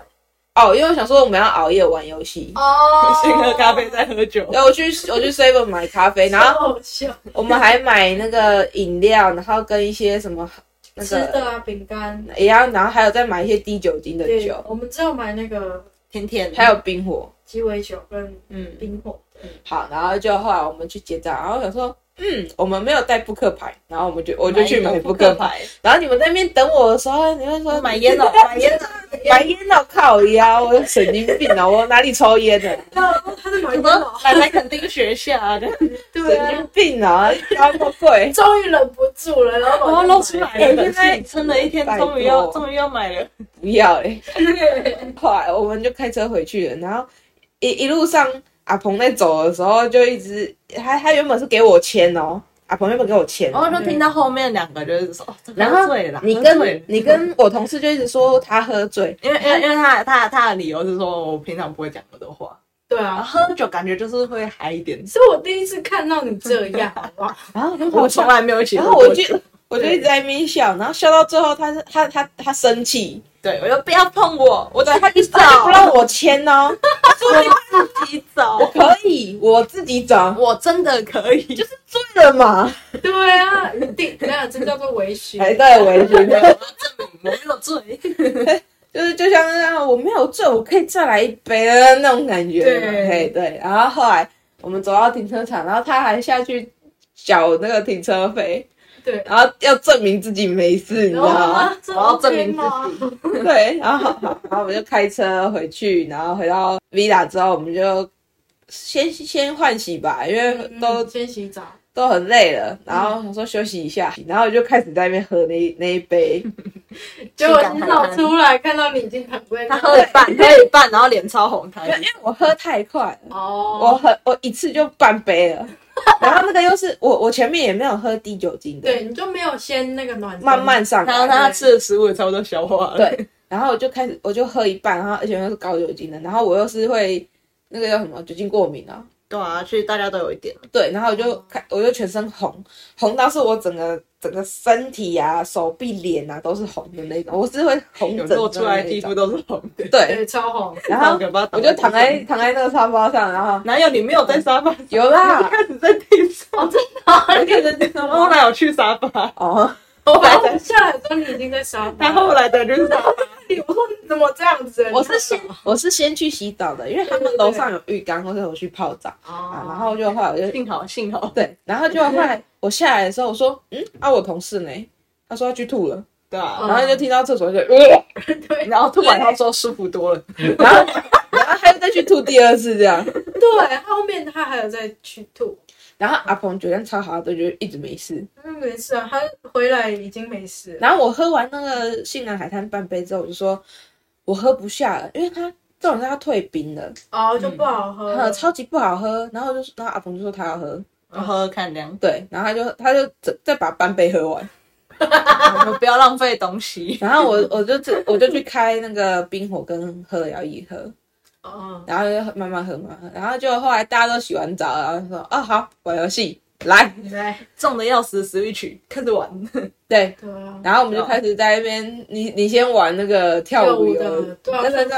[SPEAKER 1] 哦，因为我想说我们要熬夜玩游戏
[SPEAKER 2] 哎。。哦
[SPEAKER 3] *laughs* 先喝咖啡再喝酒。
[SPEAKER 1] 然后我去我去 Seven 买咖啡， *laughs* 然后
[SPEAKER 2] 好笑。
[SPEAKER 1] 我们还买那个饮料，然后跟一些什么那
[SPEAKER 2] 吃
[SPEAKER 1] 个，
[SPEAKER 2] 的啊，饼干。
[SPEAKER 1] 也要，然后还有再买一些低酒精的
[SPEAKER 2] 对，
[SPEAKER 1] 酒，
[SPEAKER 2] 我们只有买那个
[SPEAKER 3] 甜甜，
[SPEAKER 1] 还有冰火。
[SPEAKER 2] 鸡尾酒跟
[SPEAKER 1] 嗯，
[SPEAKER 2] 冰火。
[SPEAKER 1] 好，然后就后来我们去结账，然后我想说，嗯，我们没有带扑克牌，然后我们就我就去买扑克牌。 *laughs*
[SPEAKER 3] 牌，
[SPEAKER 1] 然后你们在那边等我的时候，你们说
[SPEAKER 3] 买烟哦，买烟哦，
[SPEAKER 1] 买烟脑靠腰，我神经病啊！我哪里抽烟的？
[SPEAKER 2] 他在买
[SPEAKER 3] 什
[SPEAKER 2] 什
[SPEAKER 3] 么？买来垦丁学校 *laughs* 的，
[SPEAKER 2] 对
[SPEAKER 1] 神
[SPEAKER 2] 啊
[SPEAKER 1] 经，病啊！花那么贵，
[SPEAKER 2] 终于忍不住了，然后
[SPEAKER 3] 我要哦露出来了。
[SPEAKER 1] 哎
[SPEAKER 3] 现在撑了一天，
[SPEAKER 1] 拜托
[SPEAKER 3] 终于要终于要买了。
[SPEAKER 1] 不要哎、 *laughs* 后来我们就开车回去了，然后一一路上阿鹏在走的时候，就一直他他原本是给我签哦，阿鹏原本给我签，
[SPEAKER 3] 然后就听到后面两个就是说，哦，这个
[SPEAKER 1] 然后
[SPEAKER 3] 喝醉了啦，
[SPEAKER 1] 你
[SPEAKER 3] 喝醉了
[SPEAKER 1] 跟你跟我同事就一直说他喝醉，
[SPEAKER 3] 因为因为因为他他他的理由是说我平常不会讲那么多话，
[SPEAKER 2] 对
[SPEAKER 3] 然
[SPEAKER 2] 啊，
[SPEAKER 3] 后喝酒感觉就是会嗨一点，
[SPEAKER 2] 是我第一次看到你这 *laughs* 样，好不好？
[SPEAKER 1] 然后
[SPEAKER 3] 我从来没有一起
[SPEAKER 1] 然
[SPEAKER 3] 喝
[SPEAKER 1] 后
[SPEAKER 3] 过酒。
[SPEAKER 1] 我就我就一直在那边笑，然后笑到最后他是他他他生气，
[SPEAKER 3] 对我就不要碰我，我等他去找，
[SPEAKER 1] 他就不让我签哦，
[SPEAKER 3] 我自己
[SPEAKER 1] 我
[SPEAKER 3] 走，
[SPEAKER 1] *laughs* 可以我自己找，
[SPEAKER 3] 我真的可以，就是
[SPEAKER 1] 醉了嘛。
[SPEAKER 2] 对啊，一定，那这叫做微醺。
[SPEAKER 1] 还在微醺，
[SPEAKER 3] 我没有醉。
[SPEAKER 1] *laughs* 就是就像那样，我没有醉，我可以再来一杯的那种感觉。
[SPEAKER 2] 对
[SPEAKER 1] 嘿对。然后后来我们走到停车场，然后他还下去缴那个停车费，
[SPEAKER 2] 对，
[SPEAKER 1] 然后要证明自己没事，你知
[SPEAKER 2] 然
[SPEAKER 1] 道
[SPEAKER 2] 后
[SPEAKER 1] 吗？
[SPEAKER 2] 啊，这
[SPEAKER 3] 我要证
[SPEAKER 2] OK
[SPEAKER 3] 明
[SPEAKER 2] 吗？
[SPEAKER 3] 自己。
[SPEAKER 1] 对。然后好好然后我们就开车回去，然后回到 villa 之后，我们就先先换洗吧，因为都、
[SPEAKER 2] 嗯先洗澡，
[SPEAKER 1] 都很累了，然后想说休息一下，然后我就开始在那边喝那那一杯。
[SPEAKER 2] 结果洗澡出来，看到你已经躺在
[SPEAKER 3] 他
[SPEAKER 2] 那。
[SPEAKER 3] 喝一半，喝一半，然后脸超红，他
[SPEAKER 1] 因为因为我喝太快了，我
[SPEAKER 2] 哦，
[SPEAKER 1] 很我一次就半杯了，然后那个又是我我前面也没有喝低酒精的，
[SPEAKER 2] 对，你就没有先那个暖身
[SPEAKER 1] 慢慢上
[SPEAKER 3] 然后
[SPEAKER 1] 来，
[SPEAKER 3] 他吃的食物也差不多消化了。
[SPEAKER 1] 对，然后我就开始我就喝一半，然后而且又是高酒精的，然后我又是会那个叫什么酒精过敏啊，
[SPEAKER 3] 对啊，其实大家都有一点。
[SPEAKER 1] 对，然后我就开我就全身红，红到是我整个整个身体啊、手臂、脸啊都是红的那种，我是会红
[SPEAKER 3] 有
[SPEAKER 1] 疹
[SPEAKER 3] 露出
[SPEAKER 1] 的
[SPEAKER 3] 来
[SPEAKER 1] 那
[SPEAKER 3] 皮
[SPEAKER 1] 种，
[SPEAKER 3] 肤都是红的。
[SPEAKER 1] 对，
[SPEAKER 2] 对，超红。
[SPEAKER 1] 然后
[SPEAKER 3] 给把
[SPEAKER 1] 我就躺在，躺在那个沙发上，然后
[SPEAKER 3] 哪有你没有在沙发上？
[SPEAKER 1] 有啦，
[SPEAKER 3] 开始在地上，
[SPEAKER 2] 哦，真的，
[SPEAKER 1] 我就在那边
[SPEAKER 3] 后来有去沙发，
[SPEAKER 1] 哦，
[SPEAKER 2] *laughs* 我把我下来的时候你已经在沙发
[SPEAKER 3] 他
[SPEAKER 2] 了。
[SPEAKER 3] 后来的就是沙发。
[SPEAKER 2] 我说你怎么这样子？
[SPEAKER 1] 我是先我是先去洗澡的，因为他们楼上有浴缸，或者我去泡澡啊。然
[SPEAKER 2] 哦，
[SPEAKER 1] 后就后来我就
[SPEAKER 3] 幸好幸好，
[SPEAKER 1] 对，然后就后来我下来的时候，我说嗯，啊我同事呢？他说他去吐了，
[SPEAKER 3] 对啊，
[SPEAKER 1] 然后就听到厕所就 *laughs* 呃，
[SPEAKER 2] 对
[SPEAKER 3] 然后吐完他说舒服多了，
[SPEAKER 1] 然后然后他又再去吐第二次这样。
[SPEAKER 2] 对，后面他还有再去吐，
[SPEAKER 1] 然后阿鹏酒量超好，都觉得一直没事。
[SPEAKER 2] 嗯，没事啊，他回来已经没事了。
[SPEAKER 1] 然后我喝完那个杏仁海滩半杯之后，我就说我喝不下了，因为它这种是它退冰了，
[SPEAKER 2] 哦，就不好喝
[SPEAKER 1] 呃，
[SPEAKER 2] 了。
[SPEAKER 1] 超级不好喝。然后我就然后阿鹏就说他要喝，
[SPEAKER 3] 然后哦看凉，
[SPEAKER 1] 对，然后他就他就再再把半杯喝完。
[SPEAKER 3] 我们不要浪费东西。
[SPEAKER 1] 然后
[SPEAKER 2] *laughs*
[SPEAKER 1] 我我就只我就去开那个冰火跟喝了摇一喝，
[SPEAKER 2] 哦，
[SPEAKER 1] 然后就慢慢喝慢慢喝，然后就后来大家都洗完澡了，然后就说哦好玩游戏来，
[SPEAKER 2] 你来，
[SPEAKER 3] 重的要死，Switch 开始玩，
[SPEAKER 1] 对，
[SPEAKER 2] 啊对啊，
[SPEAKER 1] 然后我们就开始在那边你你先玩那个跳舞
[SPEAKER 2] 跳舞
[SPEAKER 1] 游
[SPEAKER 2] 的，对啊
[SPEAKER 1] 那个叫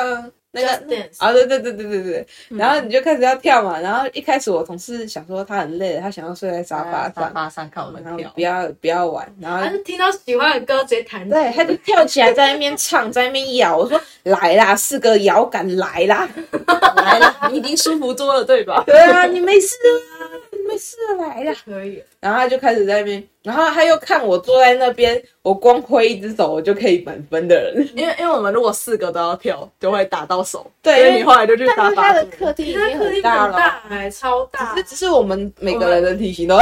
[SPEAKER 1] 那个
[SPEAKER 2] Just Dance
[SPEAKER 1] 啊，对对对对对对，然后你就开始要跳嘛，然后一开始我同事想说他很累了，他想要睡在沙啊发
[SPEAKER 3] 沙
[SPEAKER 1] 上，
[SPEAKER 3] 发上嗯看我们
[SPEAKER 1] 然后
[SPEAKER 3] 跳
[SPEAKER 1] 不，要不要玩，然后
[SPEAKER 2] 他是啊听到喜欢的歌直接弹起
[SPEAKER 1] 对，
[SPEAKER 2] 来。
[SPEAKER 1] 他就跳起来在那边 *laughs* 唱，在那边摇，我说来啦，四个摇杆来啦，
[SPEAKER 3] 来了，你已经舒服多了对 *laughs* 吧？
[SPEAKER 1] 对啊，你没事啊，你没事啊来啦，
[SPEAKER 2] 可以，
[SPEAKER 1] 然后他就开始在那边，然后他又看我坐在那边，我光挥一只手我就可以满分的人，
[SPEAKER 3] 因为因为我们如果四个都要跳，就会打到手，
[SPEAKER 1] 对
[SPEAKER 3] 所
[SPEAKER 1] 因
[SPEAKER 3] 以
[SPEAKER 1] 为
[SPEAKER 3] 你后来就去
[SPEAKER 1] 但
[SPEAKER 3] 沙
[SPEAKER 1] 是他
[SPEAKER 3] 发
[SPEAKER 1] 的
[SPEAKER 3] 坐。
[SPEAKER 1] 客厅已
[SPEAKER 2] 他
[SPEAKER 1] 经
[SPEAKER 2] 客厅
[SPEAKER 1] 很
[SPEAKER 2] 很
[SPEAKER 1] 大了，嗯
[SPEAKER 2] 大哎，超大
[SPEAKER 1] 只是，只是我们每个人的体型都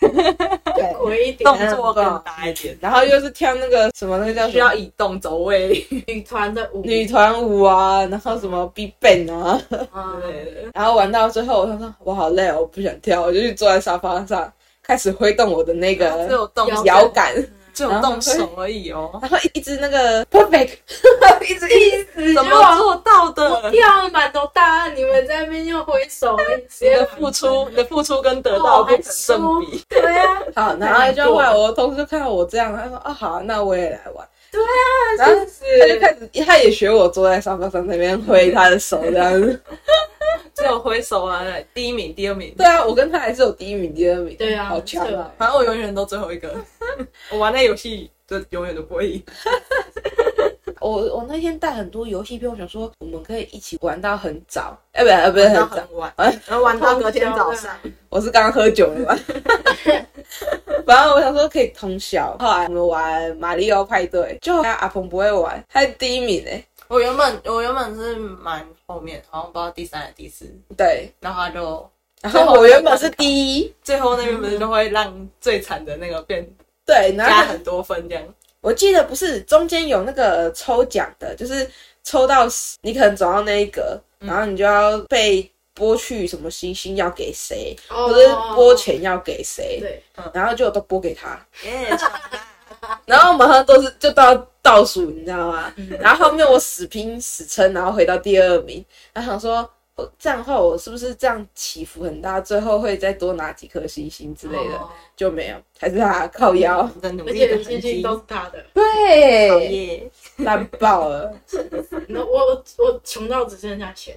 [SPEAKER 1] 对，
[SPEAKER 2] 回一点
[SPEAKER 3] 动作更大一点，
[SPEAKER 1] 然后又是跳那个什么那个叫
[SPEAKER 3] 需
[SPEAKER 1] 什么
[SPEAKER 3] 要移动走位。
[SPEAKER 2] 女团的舞，
[SPEAKER 1] 女团舞啊，然后什么 Big Bang 啊，
[SPEAKER 2] 啊，
[SPEAKER 1] 然后玩到最后，我想说我好累哦，我不想跳，我就去坐在沙发上开始挥动我的那
[SPEAKER 3] 只
[SPEAKER 1] 个
[SPEAKER 3] 有动
[SPEAKER 2] 摇
[SPEAKER 1] 摇杆，
[SPEAKER 2] 嗯
[SPEAKER 3] 只有动手而已哦，
[SPEAKER 1] 然后一直那个 perfect，一直一直
[SPEAKER 3] 怎么做到的？
[SPEAKER 2] 跳得满头大汗，你们在那边又挥手，直
[SPEAKER 3] 你
[SPEAKER 2] 接
[SPEAKER 3] 的付出，你的付出跟得到不成正比。
[SPEAKER 2] 对啊，
[SPEAKER 1] 好，然后就后来我同事就看到我这样，他说啊好，那我也来玩。
[SPEAKER 2] 对啊，
[SPEAKER 1] 然后他就
[SPEAKER 2] 就是
[SPEAKER 1] 开始，他也学我坐在沙发上那边挥他的手这样
[SPEAKER 2] *laughs*
[SPEAKER 1] 子。
[SPEAKER 3] 只有挥手啊，第一名、第二名。
[SPEAKER 1] 对啊，我跟他还是有第一名、第二名，
[SPEAKER 2] 对啊
[SPEAKER 1] 好强啊！
[SPEAKER 3] 反正我永远都最后一个， *laughs* 我玩那游戏就永远都不会赢。
[SPEAKER 1] 我我那天带很多游戏片，我想说我们可以一起玩到很早，哎、不不不是
[SPEAKER 3] 到
[SPEAKER 1] 很早，
[SPEAKER 3] 很晚
[SPEAKER 1] 哎，
[SPEAKER 3] 然后玩到隔天早上。
[SPEAKER 1] 我是刚刚喝酒了吧？反正我想说可以通宵。后来我们玩马里奥派对，就阿鹏不会玩，他是第一名哎、
[SPEAKER 3] 我原本我原本是蛮后面，好像不知道第三还是第四，
[SPEAKER 1] 对，
[SPEAKER 3] 然后他就
[SPEAKER 1] 然后我原本是第一，
[SPEAKER 3] 最后那边不 *laughs* 是就会让最惨的那个变
[SPEAKER 1] 对，然
[SPEAKER 3] 加
[SPEAKER 1] 后
[SPEAKER 3] 很多分这 *laughs* 样。
[SPEAKER 1] 我记得不是中间有那个抽奖的，就是抽到十你可能走到那一格，然后你就要被拨去什么星星要给谁，
[SPEAKER 2] 哦
[SPEAKER 1] 或者是拨，钱要给谁，
[SPEAKER 2] 对，
[SPEAKER 1] 然后就都拨给他，
[SPEAKER 3] 耶，
[SPEAKER 1] 然后马上都是就到倒数，你知道吗？
[SPEAKER 2] 嗯
[SPEAKER 1] 然后后面我死拼死撑，然后回到第二名，然后想说。我这样的话，我是不是这样起伏很大？最后会再多拿几颗星星之类的，
[SPEAKER 2] 哦
[SPEAKER 1] 就没有，还是他靠腰，
[SPEAKER 3] 你的努
[SPEAKER 2] 而
[SPEAKER 3] 力
[SPEAKER 2] 且
[SPEAKER 3] 的
[SPEAKER 2] 你
[SPEAKER 3] 痕
[SPEAKER 2] 最近
[SPEAKER 3] 迹。
[SPEAKER 2] 都是他的，
[SPEAKER 3] 讨
[SPEAKER 1] 对，
[SPEAKER 3] 厌，
[SPEAKER 1] 烂爆了。
[SPEAKER 2] 那我我我穷到只剩下钱，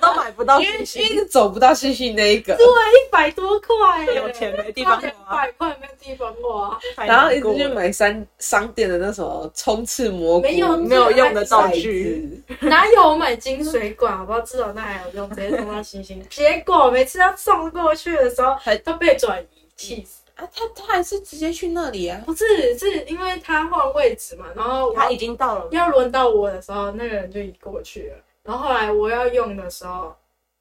[SPEAKER 3] 都买不到
[SPEAKER 1] 因为
[SPEAKER 3] 星
[SPEAKER 1] 因为
[SPEAKER 3] 星，
[SPEAKER 1] 一直走不到星星那
[SPEAKER 2] *laughs*
[SPEAKER 1] 一个，
[SPEAKER 2] 一百多块耶，
[SPEAKER 3] 有钱没地方
[SPEAKER 2] 两
[SPEAKER 3] 花，
[SPEAKER 2] 百块没有地方花，
[SPEAKER 1] 然后一直去买商商店的那什么冲刺蘑菇，
[SPEAKER 2] 没有
[SPEAKER 3] 没有用的道具。
[SPEAKER 2] 哪有我买金水管？好不好？至少那还有用，直接送到星 *laughs* 星。结果每次要送过去的时候
[SPEAKER 1] 还，
[SPEAKER 2] 都被转移，气死！
[SPEAKER 1] 啊，他他还是直接去那里啊。
[SPEAKER 2] *laughs* 不是，是因为他换位置嘛，然后我
[SPEAKER 3] 他已经到了，
[SPEAKER 2] 要轮到我的时候，那个人就移过去了。然后后来我要用的时候，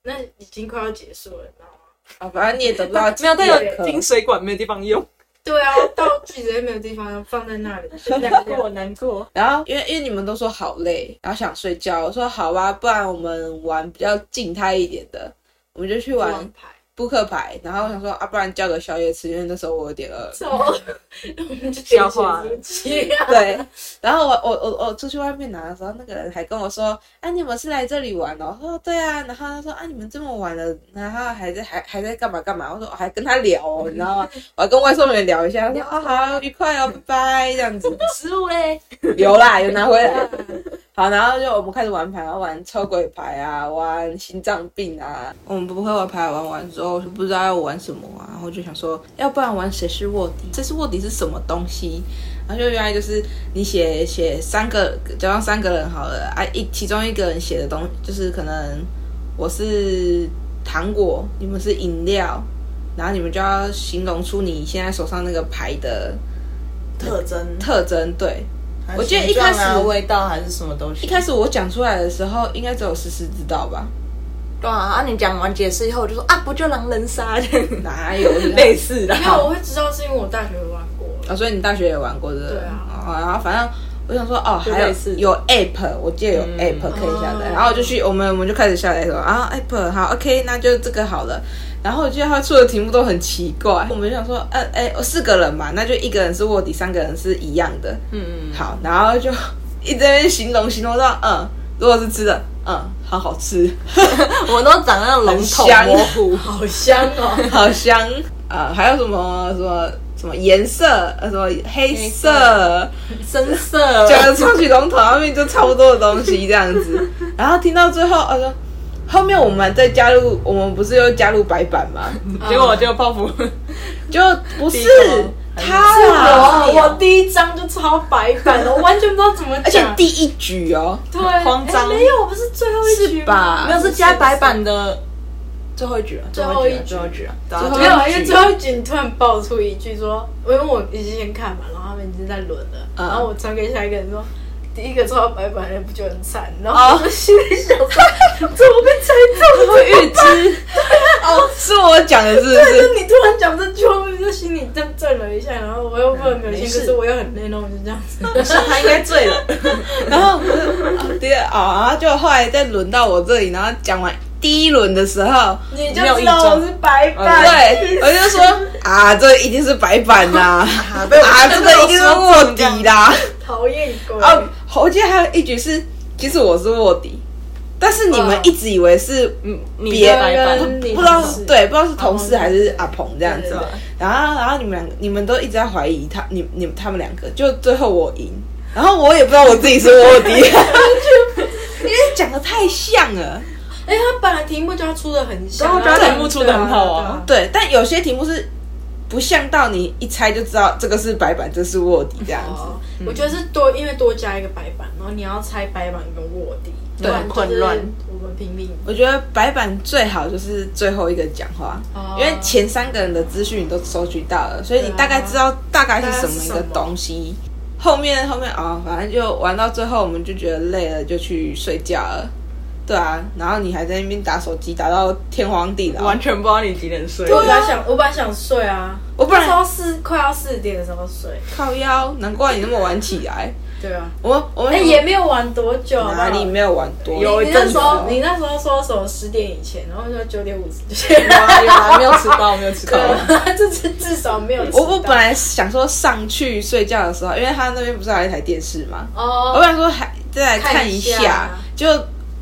[SPEAKER 2] 那已经快要结束了，你知道吗？
[SPEAKER 1] 啊，反正你也得不
[SPEAKER 2] *laughs*
[SPEAKER 1] 到
[SPEAKER 3] 没有
[SPEAKER 1] 第
[SPEAKER 3] 那
[SPEAKER 1] 二
[SPEAKER 3] 个
[SPEAKER 1] 颗
[SPEAKER 3] 金水管没有地方用，
[SPEAKER 2] 对啊，倒计时也没有地方放在那里，两个
[SPEAKER 3] 我难过。
[SPEAKER 1] 然后因为因为你们都说好累，然后想睡觉，我说好吧，不然我们玩比较静态一点的，我们就去玩
[SPEAKER 2] 王牌。
[SPEAKER 1] 扑克牌。然后我想说啊，不然叫个宵夜吃，因为那时候我有点饿。
[SPEAKER 2] 走，我们就点咸酥鸡啊！
[SPEAKER 1] 对，然后我我我我出去外面拿的时候，那个人还跟我说：“啊，你们是来这里玩哦？”我说：“对啊。”然后他说：“啊，你们这么晚了，然后还在还还在干嘛干嘛？”我说：“我还跟他聊、哦，你知道吗？我还跟外送员聊一下，他说：‘啊，好，愉快哦，拜拜。’这样子
[SPEAKER 3] 食物嘞，
[SPEAKER 1] 有啦，有拿回来。好，然后就我们开始玩牌，玩抽鬼牌啊，玩心脏病啊。我们不会玩牌，玩完之后我就不知道要玩什么啊，然后就想说，要不然玩谁是卧底？谁是卧底是什么东西？然后就原来就是你写写三个，假装三个人好了，啊一其中一个人写的东就是可能我是糖果，你们是饮料，然后你们就要形容出你现在手上那个牌的
[SPEAKER 3] 特征。
[SPEAKER 1] 特征，对。我
[SPEAKER 3] 我
[SPEAKER 1] 觉
[SPEAKER 3] 觉
[SPEAKER 1] 得
[SPEAKER 3] 得
[SPEAKER 1] 一
[SPEAKER 3] 一
[SPEAKER 1] 开
[SPEAKER 3] 开
[SPEAKER 1] 始
[SPEAKER 3] 始味道还是什么东西
[SPEAKER 1] 一开始我讲出来的时候，应该只有思思知道吧？
[SPEAKER 3] 对啊，啊你讲完解释以后，我就说啊，不就狼人杀这样
[SPEAKER 1] 哪有 *laughs*
[SPEAKER 3] 类似的
[SPEAKER 2] 没。有，我会知道是因为我大学玩过。
[SPEAKER 1] 啊、所以你大学也玩过这个？
[SPEAKER 2] 对啊
[SPEAKER 1] 哦然后反正我想说，哦，
[SPEAKER 3] 就
[SPEAKER 1] 还有
[SPEAKER 3] 类似
[SPEAKER 1] 有 app，我记得有
[SPEAKER 3] 嗯
[SPEAKER 1] app 可以下载。
[SPEAKER 2] 哦
[SPEAKER 1] 然后我就去我们我们就开始下载说啊 app 好 OK，那就这个好了。然后我记得他出的题目都很奇怪，我们就想说，呃，哎，四个人嘛，那就一个人是卧底，三个人是一样的。
[SPEAKER 3] 嗯，
[SPEAKER 1] 好，然后就一直在那边形容形容到，嗯，如果是吃的，嗯，好好吃， *laughs*
[SPEAKER 3] 嗯我都长那种笼
[SPEAKER 1] 很
[SPEAKER 3] 统
[SPEAKER 1] 香
[SPEAKER 3] 模糊，
[SPEAKER 2] 好香哦！
[SPEAKER 1] 呃好香啊、还有什么什么什么颜色，呃，什么黑
[SPEAKER 3] 黑
[SPEAKER 1] 色，
[SPEAKER 3] 深色 *laughs*
[SPEAKER 1] 就，是超级龙头上面就差不多的东西这样子。然后听到最后，呃，后面我们再加入，我们不是又加入白板吗？
[SPEAKER 3] 结果就泡芙，
[SPEAKER 1] 就不是
[SPEAKER 3] 第一个吗
[SPEAKER 1] 他啊啦，
[SPEAKER 2] 啊我我第一张就超白板的，我完全不知道怎么讲。
[SPEAKER 1] 而且第一局哦，
[SPEAKER 2] 对
[SPEAKER 3] 慌张
[SPEAKER 2] 哎没有，不是最后一局
[SPEAKER 1] 是吧
[SPEAKER 3] 没有是加白板的最后一局啊，
[SPEAKER 2] 最后
[SPEAKER 3] 后
[SPEAKER 2] 一
[SPEAKER 3] 局啊，
[SPEAKER 2] 局
[SPEAKER 3] 最后一局啊，对
[SPEAKER 1] 最
[SPEAKER 3] 啊
[SPEAKER 1] 后
[SPEAKER 2] 没有，因为最后一局你突然爆出一句说，因为我已经先看嘛，然后他们已经在轮了，
[SPEAKER 1] 嗯
[SPEAKER 2] 然后我传给下一个人说。第一个抽到白板的不就很惨？然后我就心里想说，怎么被猜 *laughs* 中
[SPEAKER 1] *laughs*
[SPEAKER 2] 了？
[SPEAKER 1] 预知哦，是我讲的，是不是？
[SPEAKER 2] 就你突然讲这句话，我就心里震震了一下，然后我又不能没有
[SPEAKER 3] 没
[SPEAKER 2] 心，
[SPEAKER 3] 事
[SPEAKER 2] 可是我又很累，然后我就这样子。
[SPEAKER 3] 啊他应该醉了，
[SPEAKER 1] 然后我就啊第二啊，然后就后来再轮到我这里，然后讲完第一轮的时候，
[SPEAKER 2] 你就知道我是白板，
[SPEAKER 1] 呃对，我就说啊，这一定是白板啦，啊，这个一定是卧底啦。
[SPEAKER 2] 讨厌鬼！
[SPEAKER 1] 哦，我记得还有一局是，其实我是卧底，但是你们
[SPEAKER 2] 嗯
[SPEAKER 1] 一直以为是
[SPEAKER 3] 嗯，你
[SPEAKER 1] 别
[SPEAKER 3] 的白板
[SPEAKER 2] 人
[SPEAKER 1] 不
[SPEAKER 2] 跟你
[SPEAKER 1] 不知道
[SPEAKER 2] 同事哦
[SPEAKER 1] 对，不知道是同事还是阿鹏这样
[SPEAKER 2] 对
[SPEAKER 1] 子
[SPEAKER 2] 对对。
[SPEAKER 1] 然后然后你们两个，你们都一直在怀疑他，你你他们两个，就最后我赢，然后我也不知道我自己是卧底，因为讲的太像了。
[SPEAKER 2] 哎，他本来题目就要出的很像，
[SPEAKER 3] 对啊
[SPEAKER 2] 然后
[SPEAKER 3] 题目出得很好啊
[SPEAKER 2] 对
[SPEAKER 1] 对，但有些题目是不像到你一猜就知道这个是白板，这是卧底这样子。
[SPEAKER 2] 哦，我觉得是多，因为多加一个白板，然后你要猜白板跟卧底，
[SPEAKER 1] 对
[SPEAKER 2] 不然就是
[SPEAKER 3] 混乱
[SPEAKER 2] 我们拼命。
[SPEAKER 1] 我觉得白板最好就是最后一个讲话，
[SPEAKER 2] 哦
[SPEAKER 1] 因为前三个人的资讯你都收集到了，所以你大概知道大概是什么一个东西。
[SPEAKER 2] 啊
[SPEAKER 1] 后面后面哦，反正就玩到最后，我们就觉得累了，就去睡觉了。对啊，然后你还在那边打手机，打到天荒地老。
[SPEAKER 3] *laughs* 完全不知道你几点睡，
[SPEAKER 2] 我本来想，我本来想睡啊，
[SPEAKER 1] 我本来
[SPEAKER 2] 那时候四快要四点的时候睡，
[SPEAKER 1] 靠腰，难怪你那么晚起来。 *laughs*
[SPEAKER 2] 对啊，
[SPEAKER 1] 我我们、
[SPEAKER 2] 哎，也没有玩多久，
[SPEAKER 1] 哪里没有玩多，
[SPEAKER 3] 有
[SPEAKER 2] 你
[SPEAKER 3] 一
[SPEAKER 2] 那
[SPEAKER 3] 阵
[SPEAKER 2] 时
[SPEAKER 3] 子
[SPEAKER 2] 候，你那时候说什么十点以前，然后说九点五
[SPEAKER 1] *laughs*
[SPEAKER 2] 十就
[SPEAKER 3] 有啊有啊，没有迟到，没有
[SPEAKER 2] *laughs*
[SPEAKER 3] 迟到，
[SPEAKER 2] 这是至少没有迟到。
[SPEAKER 1] 啊我我本来想说上去睡觉的时候，因为他那边不是还有一台电视吗？我
[SPEAKER 2] 哦，
[SPEAKER 1] 本来说还再来看一
[SPEAKER 2] 看一
[SPEAKER 1] 下
[SPEAKER 2] 下，
[SPEAKER 1] 就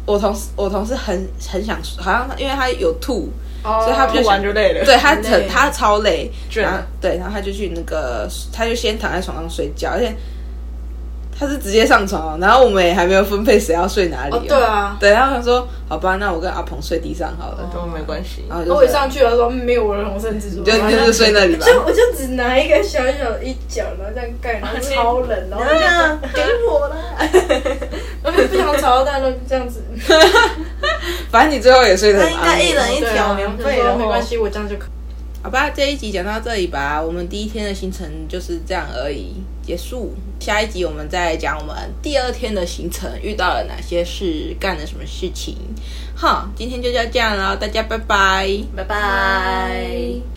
[SPEAKER 1] 我同事我同事很很想，好像因为他有吐，
[SPEAKER 2] 所
[SPEAKER 1] 哦所以他
[SPEAKER 2] 哦
[SPEAKER 1] 比较
[SPEAKER 3] 不玩就累了。
[SPEAKER 1] 对他很
[SPEAKER 2] 累
[SPEAKER 1] 他超累，
[SPEAKER 3] 倦
[SPEAKER 1] 然后对，然后他就去那个，他就先躺在床上睡觉，而且他是直接上床，然后我们也还没有分配谁要睡哪里、
[SPEAKER 2] 哦对啊
[SPEAKER 1] 对，然后他说好吧，那我跟阿鹏睡地上好了，
[SPEAKER 3] 都没关系，
[SPEAKER 1] 然后
[SPEAKER 2] 然
[SPEAKER 1] 就
[SPEAKER 2] 后哦我一
[SPEAKER 1] 睡
[SPEAKER 2] 上去了说没有我的容身之处，
[SPEAKER 1] 就
[SPEAKER 2] 然后
[SPEAKER 1] 就是睡那里吧
[SPEAKER 2] 就我就只拿一个小小的一角，然后这样盖，
[SPEAKER 1] 啊
[SPEAKER 2] 然后超冷，然后就这
[SPEAKER 3] *laughs*
[SPEAKER 2] 样给我啦，我就不想吵到大家，就这样子。
[SPEAKER 1] *laughs* 反正你最后也睡得很安稳。
[SPEAKER 3] 人
[SPEAKER 2] 对啊我
[SPEAKER 1] 哦
[SPEAKER 2] 就说没关系，我这样就可以。
[SPEAKER 1] 好吧，这一集讲到这里吧，我们第一天的行程就是这样而已，结束。下一集我们再讲我们第二天的行程遇到了哪些事，干了什么事情。好，今天就要这样了，大家拜拜。
[SPEAKER 3] 拜拜。